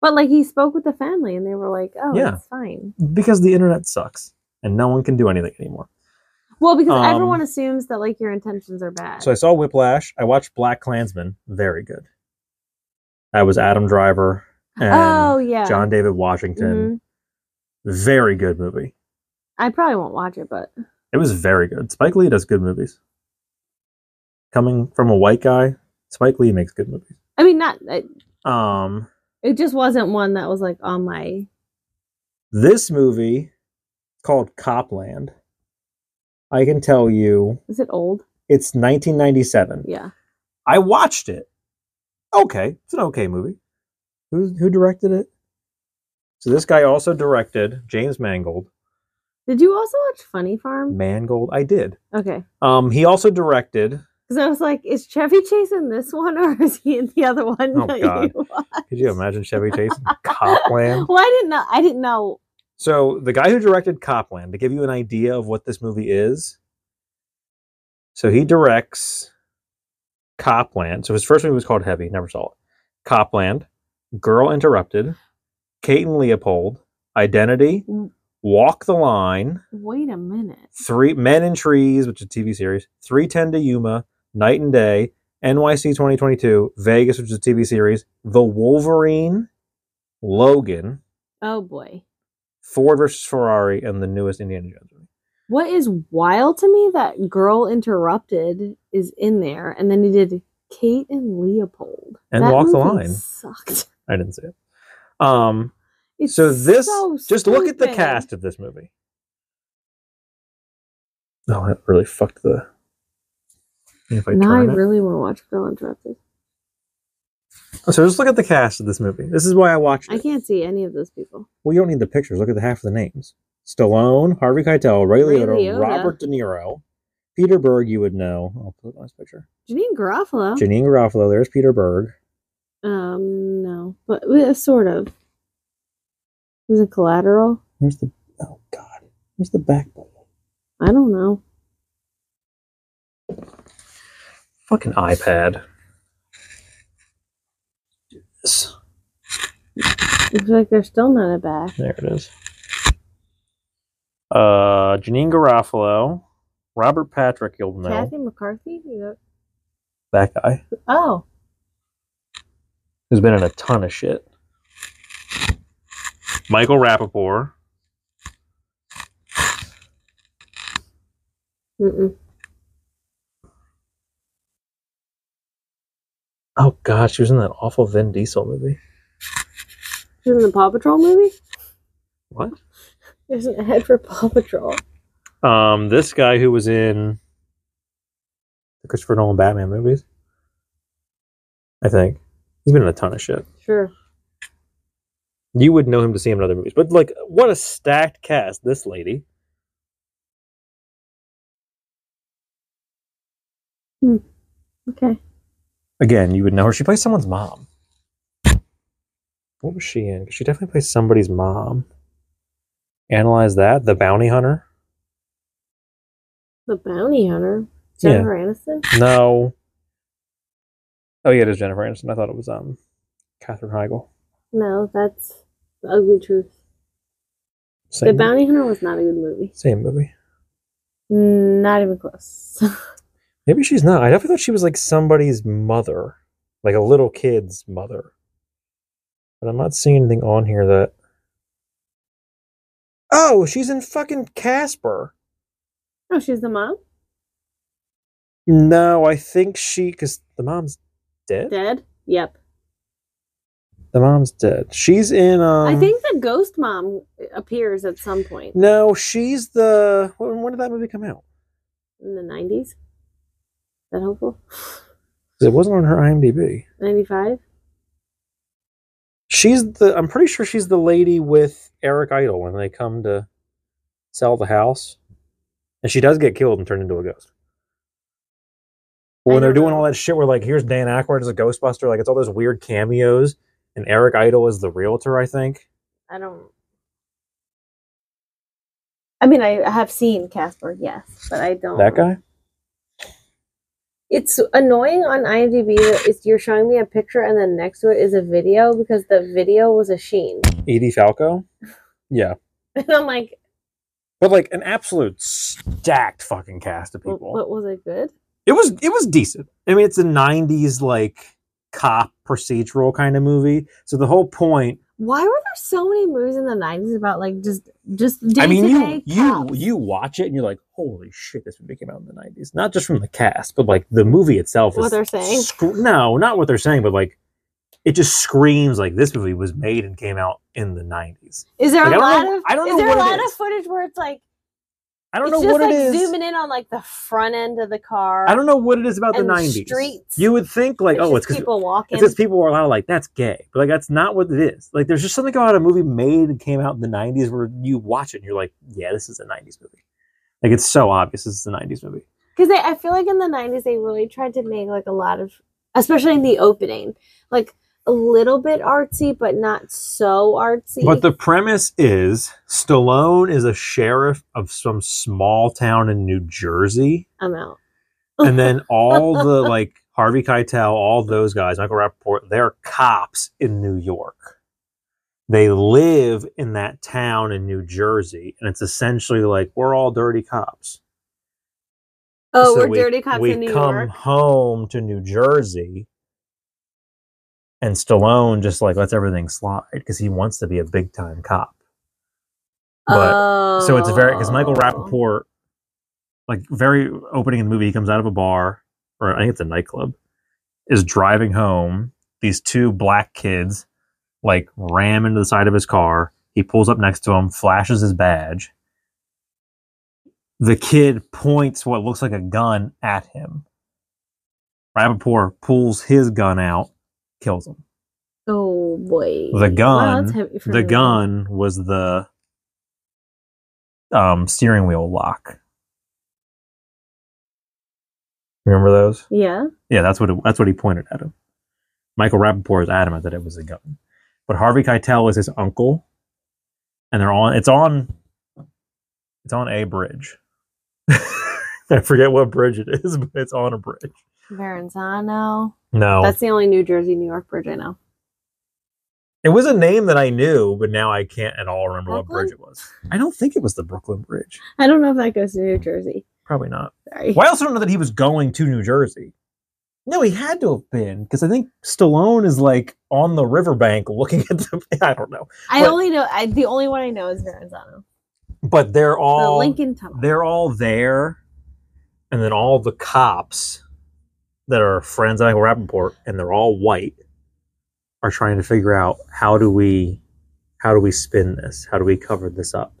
B: but like he spoke with the family and they were like, "Oh,
A: Yeah.
B: it's fine."
A: because the internet sucks and no one can do anything anymore.
B: Well, because
A: Um,
B: everyone assumes that like your intentions are bad.
A: So I saw Whiplash. I watched Black Klansman. Very good. That was Adam Driver and
B: oh yeah,
A: John David Washington.
B: Mhm.
A: Very good movie.
B: I probably won't watch it, but
A: It was very good. Spike Lee does good movies. Coming from a white guy, Spike Lee makes good movies.
B: I mean, not it,
A: Um,
B: it just wasn't one that was like on my
A: this movie called Copland. I can tell you,
B: Is it old?
A: it's 1997.
B: Yeah.
A: I watched it. Okay, it's an okay movie. Who who directed it? So this guy also directed James Mangold.
B: Did you also watch Funny Farm?
A: Mangold, I did.
B: Okay.
A: Um, he also directed.
B: Because I was like, is Chevy Chase in this one or is he in the other one?
A: Oh,
B: that
A: God.
B: you watched?
A: Could you imagine Chevy Chase in Copland?
B: Well, I didn't know. I didn't know.
A: So the guy who directed Copland, to give you an idea of what this movie is. So he directs Copland. So his first movie was called Heavy. Never saw it. Copland, Girl Interrupted, Kate and Leopold, Identity,
B: Mm.
A: Walk the Line,
B: Wait a minute.
A: Three Men in Trees, which is a TV series, 310 to Yuma, Night and Day, NYC 2022, Vegas, which is a TV series, The Wolverine, Logan,
B: Oh boy.
A: Ford versus Ferrari, and the newest Indiana Jones movie.
B: What is wild to me that Girl Interrupted is in there, and then he did Kate and Leopold
A: And
B: That
A: Walk the
B: movie
A: Line.
B: Sucked.
A: I didn't see it. Um,
B: It's
A: so this,
B: so
A: just look at the
B: stupid.
A: cast of this movie. Oh, that really fucked the. If I
B: Now I
A: turn it.
B: really want to watch Girl Interrupted.
A: so just look at the cast of this movie. This is why I watched it.
B: I can't see any of those people.
A: Well, you don't need the pictures. Look at the half of the names: Stallone, Harvey Keitel, Ray
B: Ray
A: Liotta,
B: Liotta.
A: Robert De Niro, Peter Berg. You would know. I'll put it on this picture.
B: Janine Garofalo.
A: Janine Garofalo. There's Peter Berg.
B: Um, no, but uh, sort of. Is it collateral?
A: Where's the? Oh God. Where's the backbone?
B: I don't know.
A: Fucking iPad. Yes.
B: Looks like they're still not a back.
A: There it is. Uh, Janine Garofalo, Robert Patrick. You'll know
B: Kathy McCarthy. Yep.
A: that guy
B: Oh,
A: who's been in a ton of shit. Michael Rappaport.
B: Mm-mm.
A: Oh God, she was in that awful Vin Diesel movie.
B: Isn't the Paw Patrol movie?
A: What?
B: Isn't a head for Paw Patrol?
A: Um, this guy who was in the Christopher Nolan Batman movies. I think he's been in a ton of shit.
B: Sure.
A: You would know him to see him in other movies, but like, what a stacked cast! This lady.
B: Okay.
A: Again, you would know her. She plays someone's mom. What was she in? She definitely plays somebody's mom. Analyze that. The Bounty Hunter.
B: The Bounty Hunter.
A: Yeah.
B: Jennifer Aniston?
A: No. Oh yeah, it is Jennifer Aniston. I thought it was um, Catherine Heigl.
B: No, that's the ugly truth.
A: Same,
B: The Bounty Hunter was not a good movie.
A: same movie.
B: Mm, Not even close.
A: Maybe she's not. I definitely thought she was like somebody's mother, like a little kid's mother. But I'm not seeing anything on here that. Oh, she's in fucking Casper.
B: oh, she's the mom?
A: No, I think she because the mom's dead.
B: Dead? Yep.
A: The mom's dead. She's in. Um,
B: I think the ghost mom appears at some point
A: No, she's the. When, when did that movie come out?
B: in the 90s. Is that helpful?
A: 'Cause it wasn't on her IMDb.
B: 95?
A: She's the. I'm pretty sure she's the lady with Eric Idle when they come to sell the house, and she does get killed and turned into a ghost. But
B: I
A: when they're
B: don't
A: doing
B: know.
A: all that shit, where like here's Dan Aykroyd as a Ghostbuster, like it's all those weird cameos, and Eric Idle is the realtor, I think.
B: I don't. I mean, I have seen Casper, yes, but I don't.
A: That guy.
B: It's annoying on IMDb that it's, you're showing me a picture and then next to it is a video because the video was a Sheen.
A: Edie E Falco. Yeah,
B: And I'm like,
A: but like an absolute stacked fucking cast of
B: "W-
A: people.
B: what was it good?
A: it was it was decent. I mean, it's a '90s like cop procedural kind of movie. So the whole point
B: Why were there so many movies in the 90s about like just, just
A: I mean, you
B: day-to-day
A: you
B: cops?
A: you watch it and you're like, holy shit, this movie came out in the '90s. Not just from the cast, but like the movie itself.
B: What
A: is
B: they're saying?
A: sc- no, not what they're saying, but like it just screams like this movie was made and came out in the '90s.
B: Is there
A: Like,
B: a
A: I don't
B: lot
A: know-
B: of
A: I don't
B: is
A: know
B: there
A: what
B: a
A: it
B: lot of
A: is.
B: footage where it's like
A: I don't
B: it's
A: know
B: just
A: what
B: like
A: it is.
B: zooming in on like the front end of the car.
A: I don't know what it is about the
B: and the
A: '90s.
B: streets.
A: You would think like, oh,
B: just
A: it's because
B: people walking.
A: it's just people were a lot of like that's gay, but like that's not what it is. Like there's just something about a movie made and came out in the '90s where you watch it and you're like, yeah, this is a '90s movie. Like it's so obvious this is a '90s movie.
B: because I feel like in the 90s they really tried to make like a lot of especially in the opening like a little bit artsy but not so artsy
A: But the premise is Stallone is a sheriff of some small town in New Jersey,
B: i'm out
A: and then all the like Harvey Keitel, all those guys, Michael Rappaport, they're cops in New York. They live in that town in New Jersey, and it's essentially like we're all dirty cops.
B: oh
A: So
B: we're
A: we-
B: dirty cops
A: we
B: in new
A: come
B: york
A: home to New Jersey, and Stallone just like lets everything slide because he wants to be a big time cop. But
B: oh.
A: so it's a very because Michael Rappaport, like very opening in the movie, he comes out of a bar or I think it's a nightclub, is driving home. These two black kids like ram into the side of his car. He pulls up next to him, flashes his badge. The kid points what looks like a gun at him. Rappaport pulls his gun out, kills him.
B: oh boy
A: The
B: Wow,
A: gun-
B: that's heavy for
A: The
B: me.
A: gun was the um, steering wheel lock. Remember those?
B: yeah
A: Yeah, that's what it, that's what he pointed at him. Michael Rappaport is adamant that it was a gun, but Harvey Keitel is his uncle, and they're on. It's on. It's on a bridge. I forget what bridge it is, but it's on a bridge.
B: Verrazano.
A: No,
B: that's the only new jersey new york bridge i know
A: It was a name that I knew, but now I can't at all remember what
B: Brooklyn?
A: bridge it was. I don't think it was the Brooklyn Bridge.
B: i don't know if that goes to new jersey
A: Probably not.
B: sorry
A: Well, I also don't know that he was going to New Jersey. No, he had to have been because I think Stallone is like on the riverbank looking at the. I don't know,
B: i
A: what-
B: only know I, the only one i know is Verrazano.
A: but they're
B: the
A: all
B: lincoln tunnel
A: they're all there, and then all the cops that are friends of Michael Rappaport and they're all white are trying to figure out how do we how do we spin this? How do we cover this up?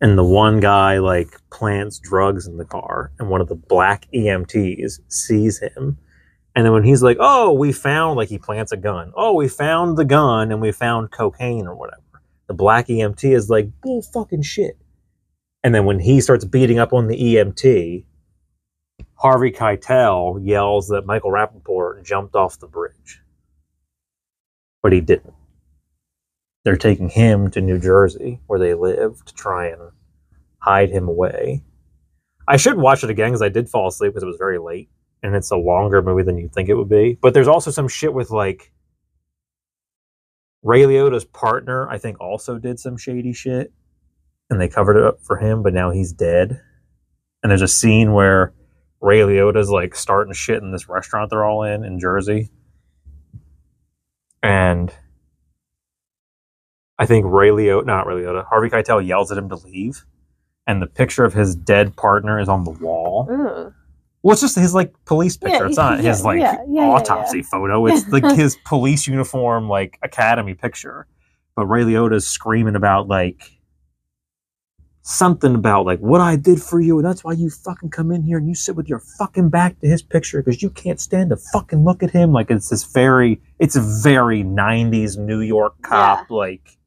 A: And the one guy like plants drugs in the car and one of the black EMTs sees him. And then when he's like, "Oh, we found like he plants a gun. Oh, we found the gun and we found cocaine or whatever." The black EMT is like, "Bull fucking shit." And then when he starts beating up on the EMT, Harvey Keitel yells that Michael Rappaport jumped off the bridge. But he didn't. They're taking him to New Jersey, where they live, to try and hide him away. I should watch it again because I did fall asleep because it was very late and it's a longer movie than you'd think it would be. But there's also some shit with like Ray Liotta's partner, I think, also did some shady shit and they covered it up for him, but now he's dead. And there's a scene where Ray Liotta's like starting shit in this restaurant they're all in in Jersey. And I think Ray Liotta, not Ray Liotta, Harvey Keitel yells at him to leave. And the picture of his dead partner is on the wall.
B: Mm.
A: Well, it's just his like police
B: Yeah,
A: picture. it's not
B: yeah,
A: his like
B: yeah, yeah, yeah, yeah.
A: autopsy photo. It's like his police uniform, like academy picture. But Ray Liotta's screaming about like something about like what I did for you, and that's why you fucking come in here and you sit with your fucking back to his picture because you can't stand to fucking look at him. Like it's this very, it's a very '90s New York cop. Like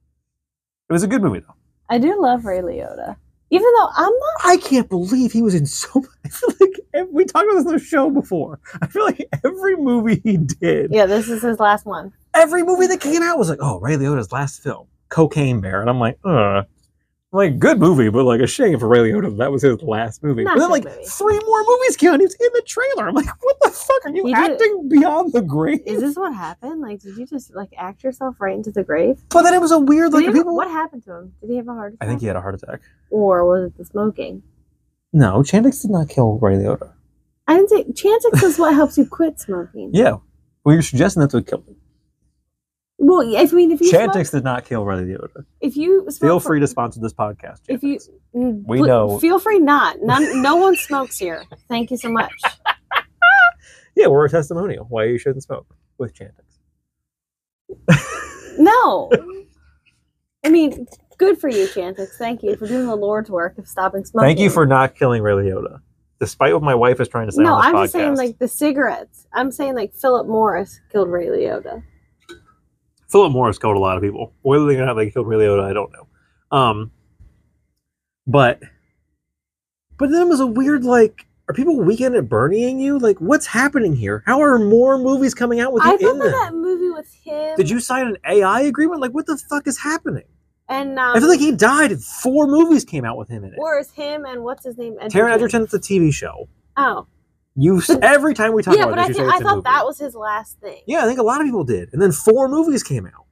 A: it was a good movie though.
B: I do love Ray Liotta, even though I'm not.
A: I can't believe he was in so. Much, I feel like ev- we talked about this on the show before. I feel like every movie he did,
B: Yeah, this is his last one.
A: every movie that came out was like, oh, Ray Liotta's last film, Cocaine Bear, and I'm like, uh, like good movie, but like a shame for Ray Liotta that that was his last movie.
B: Not
A: and then like
B: his movie.
A: three more movies came out, and he was in the trailer. I'm like, what the fuck are you
B: He did-
A: acting beyond the grave?
B: Is this what happened? Like, did you just like act yourself right into the grave?
A: but then it was a weird
B: Did he
A: like
B: have-
A: people.
B: what happened to him? Did he have a heart attack?
A: I think he had a heart attack.
B: or was it the smoking?
A: No, Chandix did not kill Ray Liotta.
B: I didn't say Chantix is what helps you quit smoking.
A: Yeah, well, you're suggesting that's what killed him.
B: Well, I mean, if you smoke,
A: Chantix did not kill Ray Liotta.
B: if you smoke
A: Feel
B: for-
A: free to sponsor this podcast.
B: if you
A: We
B: Pl-
A: know.
B: feel free not. None, no one smokes here. Thank you so much.
A: yeah, we're a testimonial. Why you shouldn't smoke with Chantix.
B: No. I mean, good for you, Chantix. Thank you for doing the Lord's work of stopping smoking.
A: Thank you for not killing Ray Liotta, despite what my wife is trying to say
B: No,
A: on this
B: I'm
A: podcast.
B: just saying like the cigarettes. I'm saying like Philip Morris killed Ray Liotta.
A: Philip Morris killed a lot of people. Whether they or not they killed Ray Liotta, I don't know. Um, but but then it was a weird like. Are people weekend at Bernieing you? Like, what's happening here? How are more movies coming out with
B: I
A: you
B: thought
A: in
B: that
A: them?
B: that movie with him
A: Did you sign an AI agreement? Like, what the fuck is happening?
B: and um,
A: I feel like he died. and Four movies came out with him in it.
B: or is him and what's his name?
A: Taron Edgerton's a TV show.
B: Oh,
A: You
B: But-
A: every time we talk
B: yeah,
A: about this,
B: but I,
A: you
B: think,
A: say
B: I
A: it's a
B: thought
A: movie.
B: that was his last thing.
A: yeah, I think a lot of people did, and then four movies came out,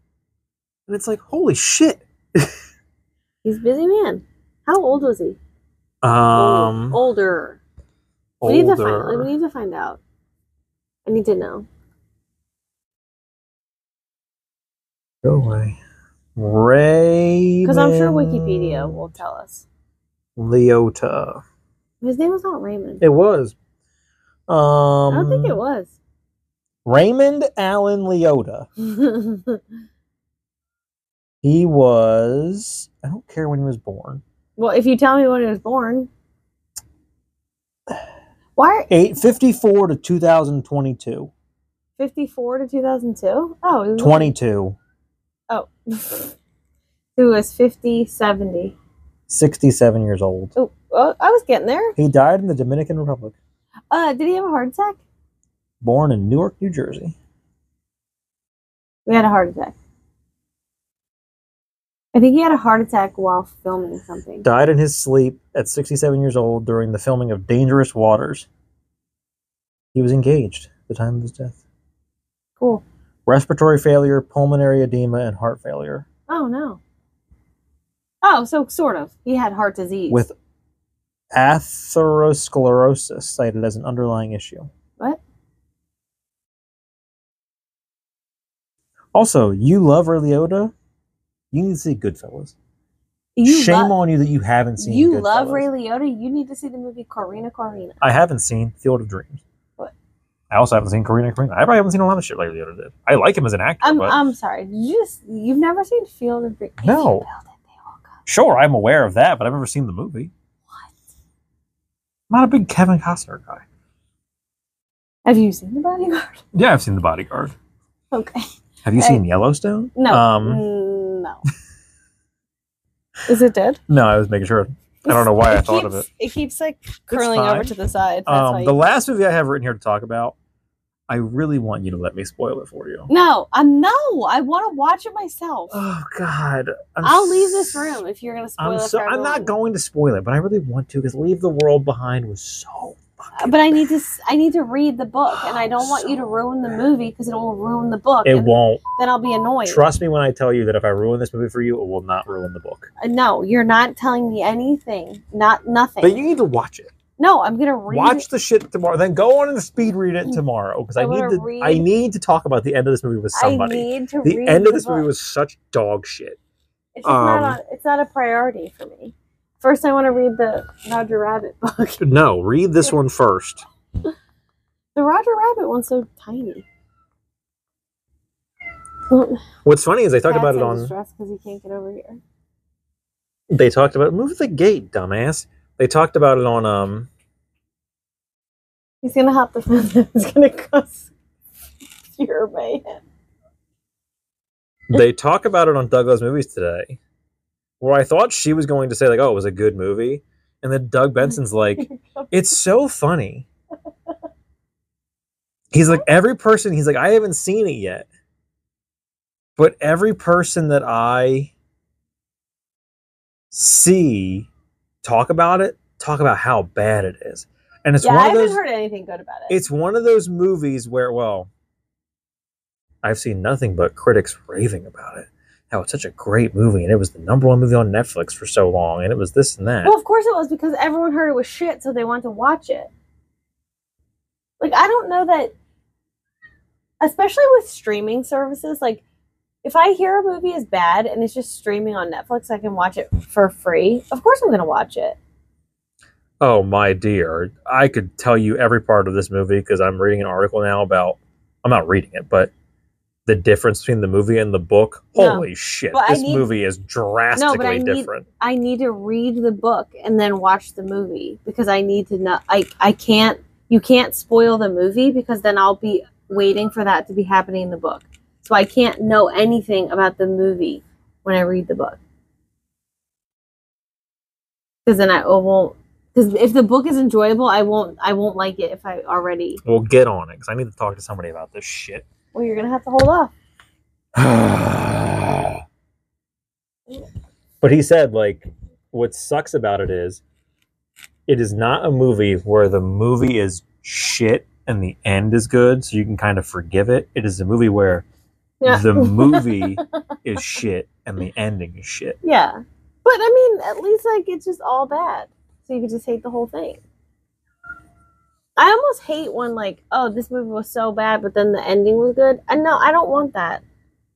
A: and it's like holy shit.
B: He's a busy man. How old was he?
A: Um,
B: Old- older. We need to find. Like, we need to find out. I need to know.
A: Go away, Ray.
B: Because I'm sure Wikipedia will tell us.
A: Leota.
B: His name was not Raymond.
A: It was. Um,
B: I don't think it was.
A: Raymond Allen Leota. He was. I don't care when he was born.
B: well, if you tell me when he was born. Why
A: Eight fifty-four to two thousand twenty-two.
B: 54 to 2002? Oh, he was-
A: Twenty-two.
B: Oh. he was 50, 70.
A: 67 years old.
B: Oh, oh, I was getting there.
A: He died in the Dominican Republic,
B: Uh, did he have a heart attack?
A: born in Newark, New Jersey.
B: We had a heart attack. I think he had a heart attack while filming something.
A: Died in his sleep at 67 years old during the filming of Dangerous Waters. He was engaged at the time of his death.
B: Cool.
A: Respiratory failure, pulmonary edema, and heart failure
B: Oh no. Oh, so sort of. He had heart disease.
A: with atherosclerosis cited as an underlying issue.
B: what?
A: Also, you love Ray Liotta? You need to see Goodfellas.
B: You
A: Shame
B: lo-
A: on you that you haven't seen
B: You love
A: Goodfellas.
B: Ray Liotta. You need to see the movie Corina Corina.
A: I haven't seen Field of Dreams. I also haven't seen Karina Karina. I probably haven't seen a lot of shit lately. that I did. I like him as an actor,
B: I'm
A: but
B: I'm sorry. Did you just you've never seen Field of Dreams? If you
A: No.
B: build it, they will come.
A: sure, I'm aware of that, but I've never seen the movie.
B: What?
A: I'm not a big Kevin Costner guy.
B: Have you seen The Bodyguard?
A: Yeah, I've seen The Bodyguard.
B: Okay.
A: Have you
B: Hey.
A: seen Yellowstone?
B: No.
A: Um,
B: Mm, no. Is it dead?
A: no, I was making sure. I don't know why I thought of
B: keeps-
A: it.
B: It keeps like curling over
A: fine.
B: to the side. That's why
A: Um,
B: you-
A: the last movie I have written here to talk about, I really want you to let me spoil it for you.
B: No, I'm no. I want to watch it myself.
A: Oh God! I'm
B: I'll leave
A: s-
B: this room if you're gonna spoil
A: I'm
B: it.
A: so.
B: for
A: I'm not
B: everyone.
A: going to spoil it, but I really want to because "Leave the World Behind" was so. fucking
B: But I need to. s- I need to read the book, and I don't want you to
A: So
B: ruin the
A: bad.
B: movie because it will ruin the book.
A: It
B: and
A: won't.
B: Then I'll be annoyed.
A: Trust me when I tell you that if I ruin this movie for you, it will not ruin the book.
B: Uh, no, you're not telling me anything. Not nothing.
A: But you need to watch it.
B: no, I'm gonna read. Mm.
A: Watch the shit tomorrow. Then go on and speed read it tomorrow because I,
B: I
A: need
B: wanna
A: to.
B: read-
A: I need to talk about the end of this movie with somebody.
B: I need to
A: the
B: read
A: end
B: the
A: of this
B: book.
A: movie was such dog shit.
B: It's just not.
A: um,
B: On, it's not a priority for me. First, I want to read the Roger Rabbit book.
A: No, read this one first.
B: The Roger Rabbit one's so tiny.
A: What's funny is they talked about
B: Cat's
A: it
B: in
A: on.
B: distress 'cause he can't get over here.
A: They talked about move the gate, dumbass. They talked about it on um
B: He's gonna hop the fence. and It's gonna cause pure mayhem.
A: they talk about it on Doug Loves Movies today, where I thought she was going to say like, "Oh, it was a good movie," and then Doug Benson's like, "It's so funny." He's like every person. He's like, I haven't seen it yet, but every person that I see talk about it, talk about how bad it is, and it's
B: yeah, I
A: one of
B: haven't
A: those.
B: heard anything good about it.
A: It's one of those movies where, well, I've seen nothing but critics raving about it. How it's such a great movie, and it was the number one movie on Netflix for so long, and it was this and that.
B: well, of course it was because everyone heard it was shit, so they wanted to watch it. Like I don't know that, especially with streaming services. Like if I hear a movie is bad and it's just streaming on Netflix, I can watch it for free. Of course I'm gonna watch it.
A: oh my dear, I could tell you every part of this movie because I'm reading an article now about. I'm not reading it, but the difference between the movie and the book.
B: No.
A: Holy shit!
B: But I
A: This
B: need-
A: movie is drastically
B: need-
A: different.
B: I need to read the book and then watch the movie because I need to know. I I can't. You can't spoil the movie because then I'll be waiting for that to be happening in the book. So I can't know anything about the movie when I read the book. Because then I won't. Because if the book is enjoyable, I won't. I won't like it if I already.
A: Well, get on it because I need to talk to somebody about this shit.
B: Well, you're gonna have to hold off.
A: but he said, like, what sucks about it is it is not a movie where the movie is shit and the end is good, so you can kind of forgive it. It is a movie where
B: Yeah.
A: the movie is shit and the ending is shit.
B: yeah. But I mean, at least like it's just all bad, so you could just hate the whole thing. I almost hate when like, oh, this movie was so bad, but then the ending was good. And no, I don't want that.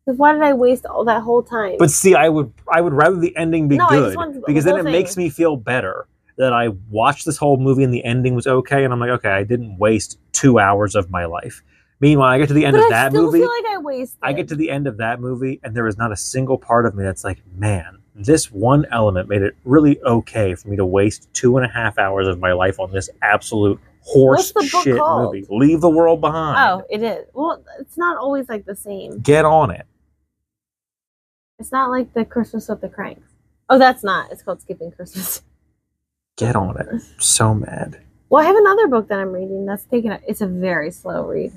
B: Because why did I waste all that whole time?
A: But see, I would I would rather the ending be
B: No, I just
A: good
B: want the
A: because then
B: whole
A: it
B: thing.
A: makes me feel better that I watched this whole movie and the ending was okay, and I'm like, okay, I didn't waste two hours of my life. Meanwhile, I get to the end
B: But
A: of
B: I
A: that
B: still
A: movie.
B: feel like I wasted.
A: I get to the end of that movie, and there is not a single part of me that's like, man, this one element made it really okay for me to waste two and a half hours of my life on this absolute horse
B: What's the book
A: shit
B: called?
A: movie. Leave the world behind.
B: Oh, it is. Well, it's not always like the same.
A: Get on it.
B: It's not like the Christmas with the Cranks. Oh, that's not. It's called Skipping Christmas.
A: Get on it. So mad.
B: Well, I have another book that I'm reading that's taking a, it's a very slow read.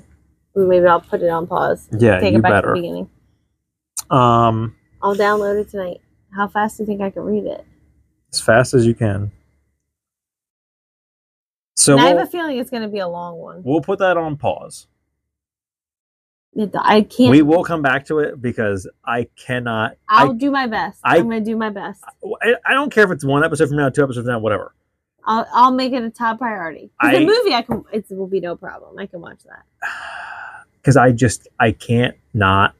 B: Maybe I'll put it on pause.
A: Yeah,
B: Take
A: you
B: it back to
A: better.
B: the beginning.
A: Um,
B: I'll download it tonight. How fast do you think I can read it?
A: as fast as you can. So
B: And I
A: we'll,
B: have a feeling it's going to be a long one.
A: we'll put that on pause.
B: It- I can't.
A: We will come back to it because I cannot. I
B: I'll do my best.
A: I-
B: I, am going to do my best.
A: I, I don't care if it's one episode from now, two episodes from now, whatever.
B: I'll, I'll make it a top priority. 'Cause
A: I-
B: the movie, I can. It will be no problem. I can watch that.
A: because I just I can't not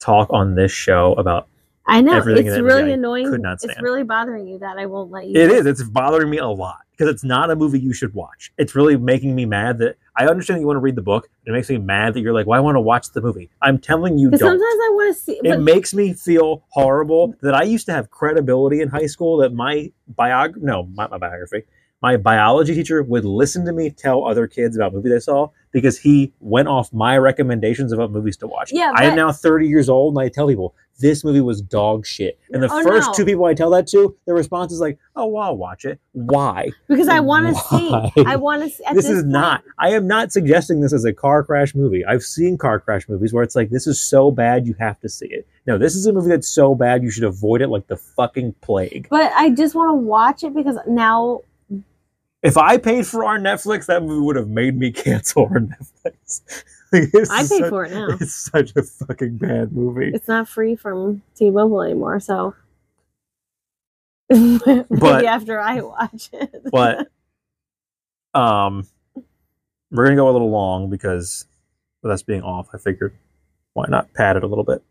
A: talk on this show about
B: I know
A: Everything in
B: it's
A: that movie
B: really
A: I
B: annoying.
A: could not
B: It's
A: stand.
B: really bothering you that I won't let you.
A: it is it's bothering me a lot because it's not a movie you should watch. It's really making me mad that I understand you want to read the book, but it makes me mad that you're like, "Well, I want to watch the movie." I'm telling you,
B: Because
A: don't.
B: sometimes I want to see.
A: it
B: But
A: makes me feel horrible that I used to have credibility in high school that my biography, no, not my biography, my biology teacher would listen to me tell other kids about movies they saw because he went off my recommendations about movies to watch.
B: Yeah,
A: I am
B: but-
A: now 30 years old and I tell people this movie was dog shit. And the
B: Oh,
A: first
B: no.
A: two people I tell that to, their response is like, oh, well, I'll watch it. Why?
B: because I want to
A: Why?
B: see. I want to. see. at
A: this, is
B: point-
A: not i am not suggesting this as a car crash movie i've seen car crash movies where it's like this is so bad you have to see it no this is a movie that's so bad you should avoid it like the fucking plague
B: But I just want to watch it because now
A: if i paid for our netflix that movie would have made me cancel our netflix Like, it's
B: I pay
A: such-
B: for it now.
A: it's such a fucking bad movie
B: It's not free from T-Mobile anymore, so. Maybe
A: But-
B: after I watch it.
A: but um we're gonna go a little long because with us being off i figured why not pad it a little bit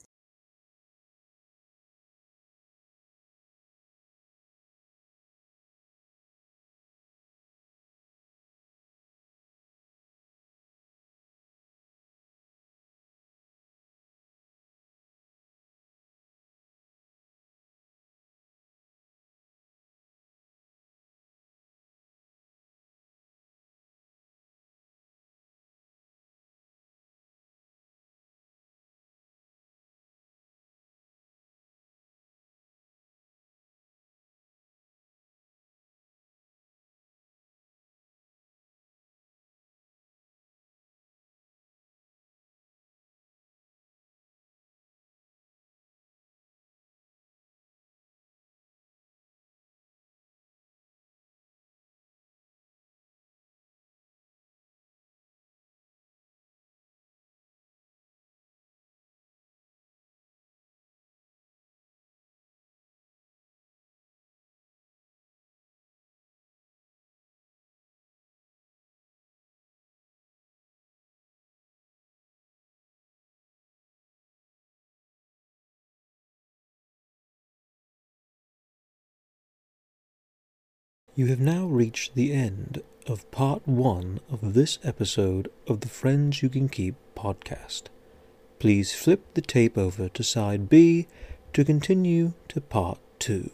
C: You have now reached the end of part one of this episode of the Friends You Can Keep podcast. Please flip the tape over to side B to continue to part two.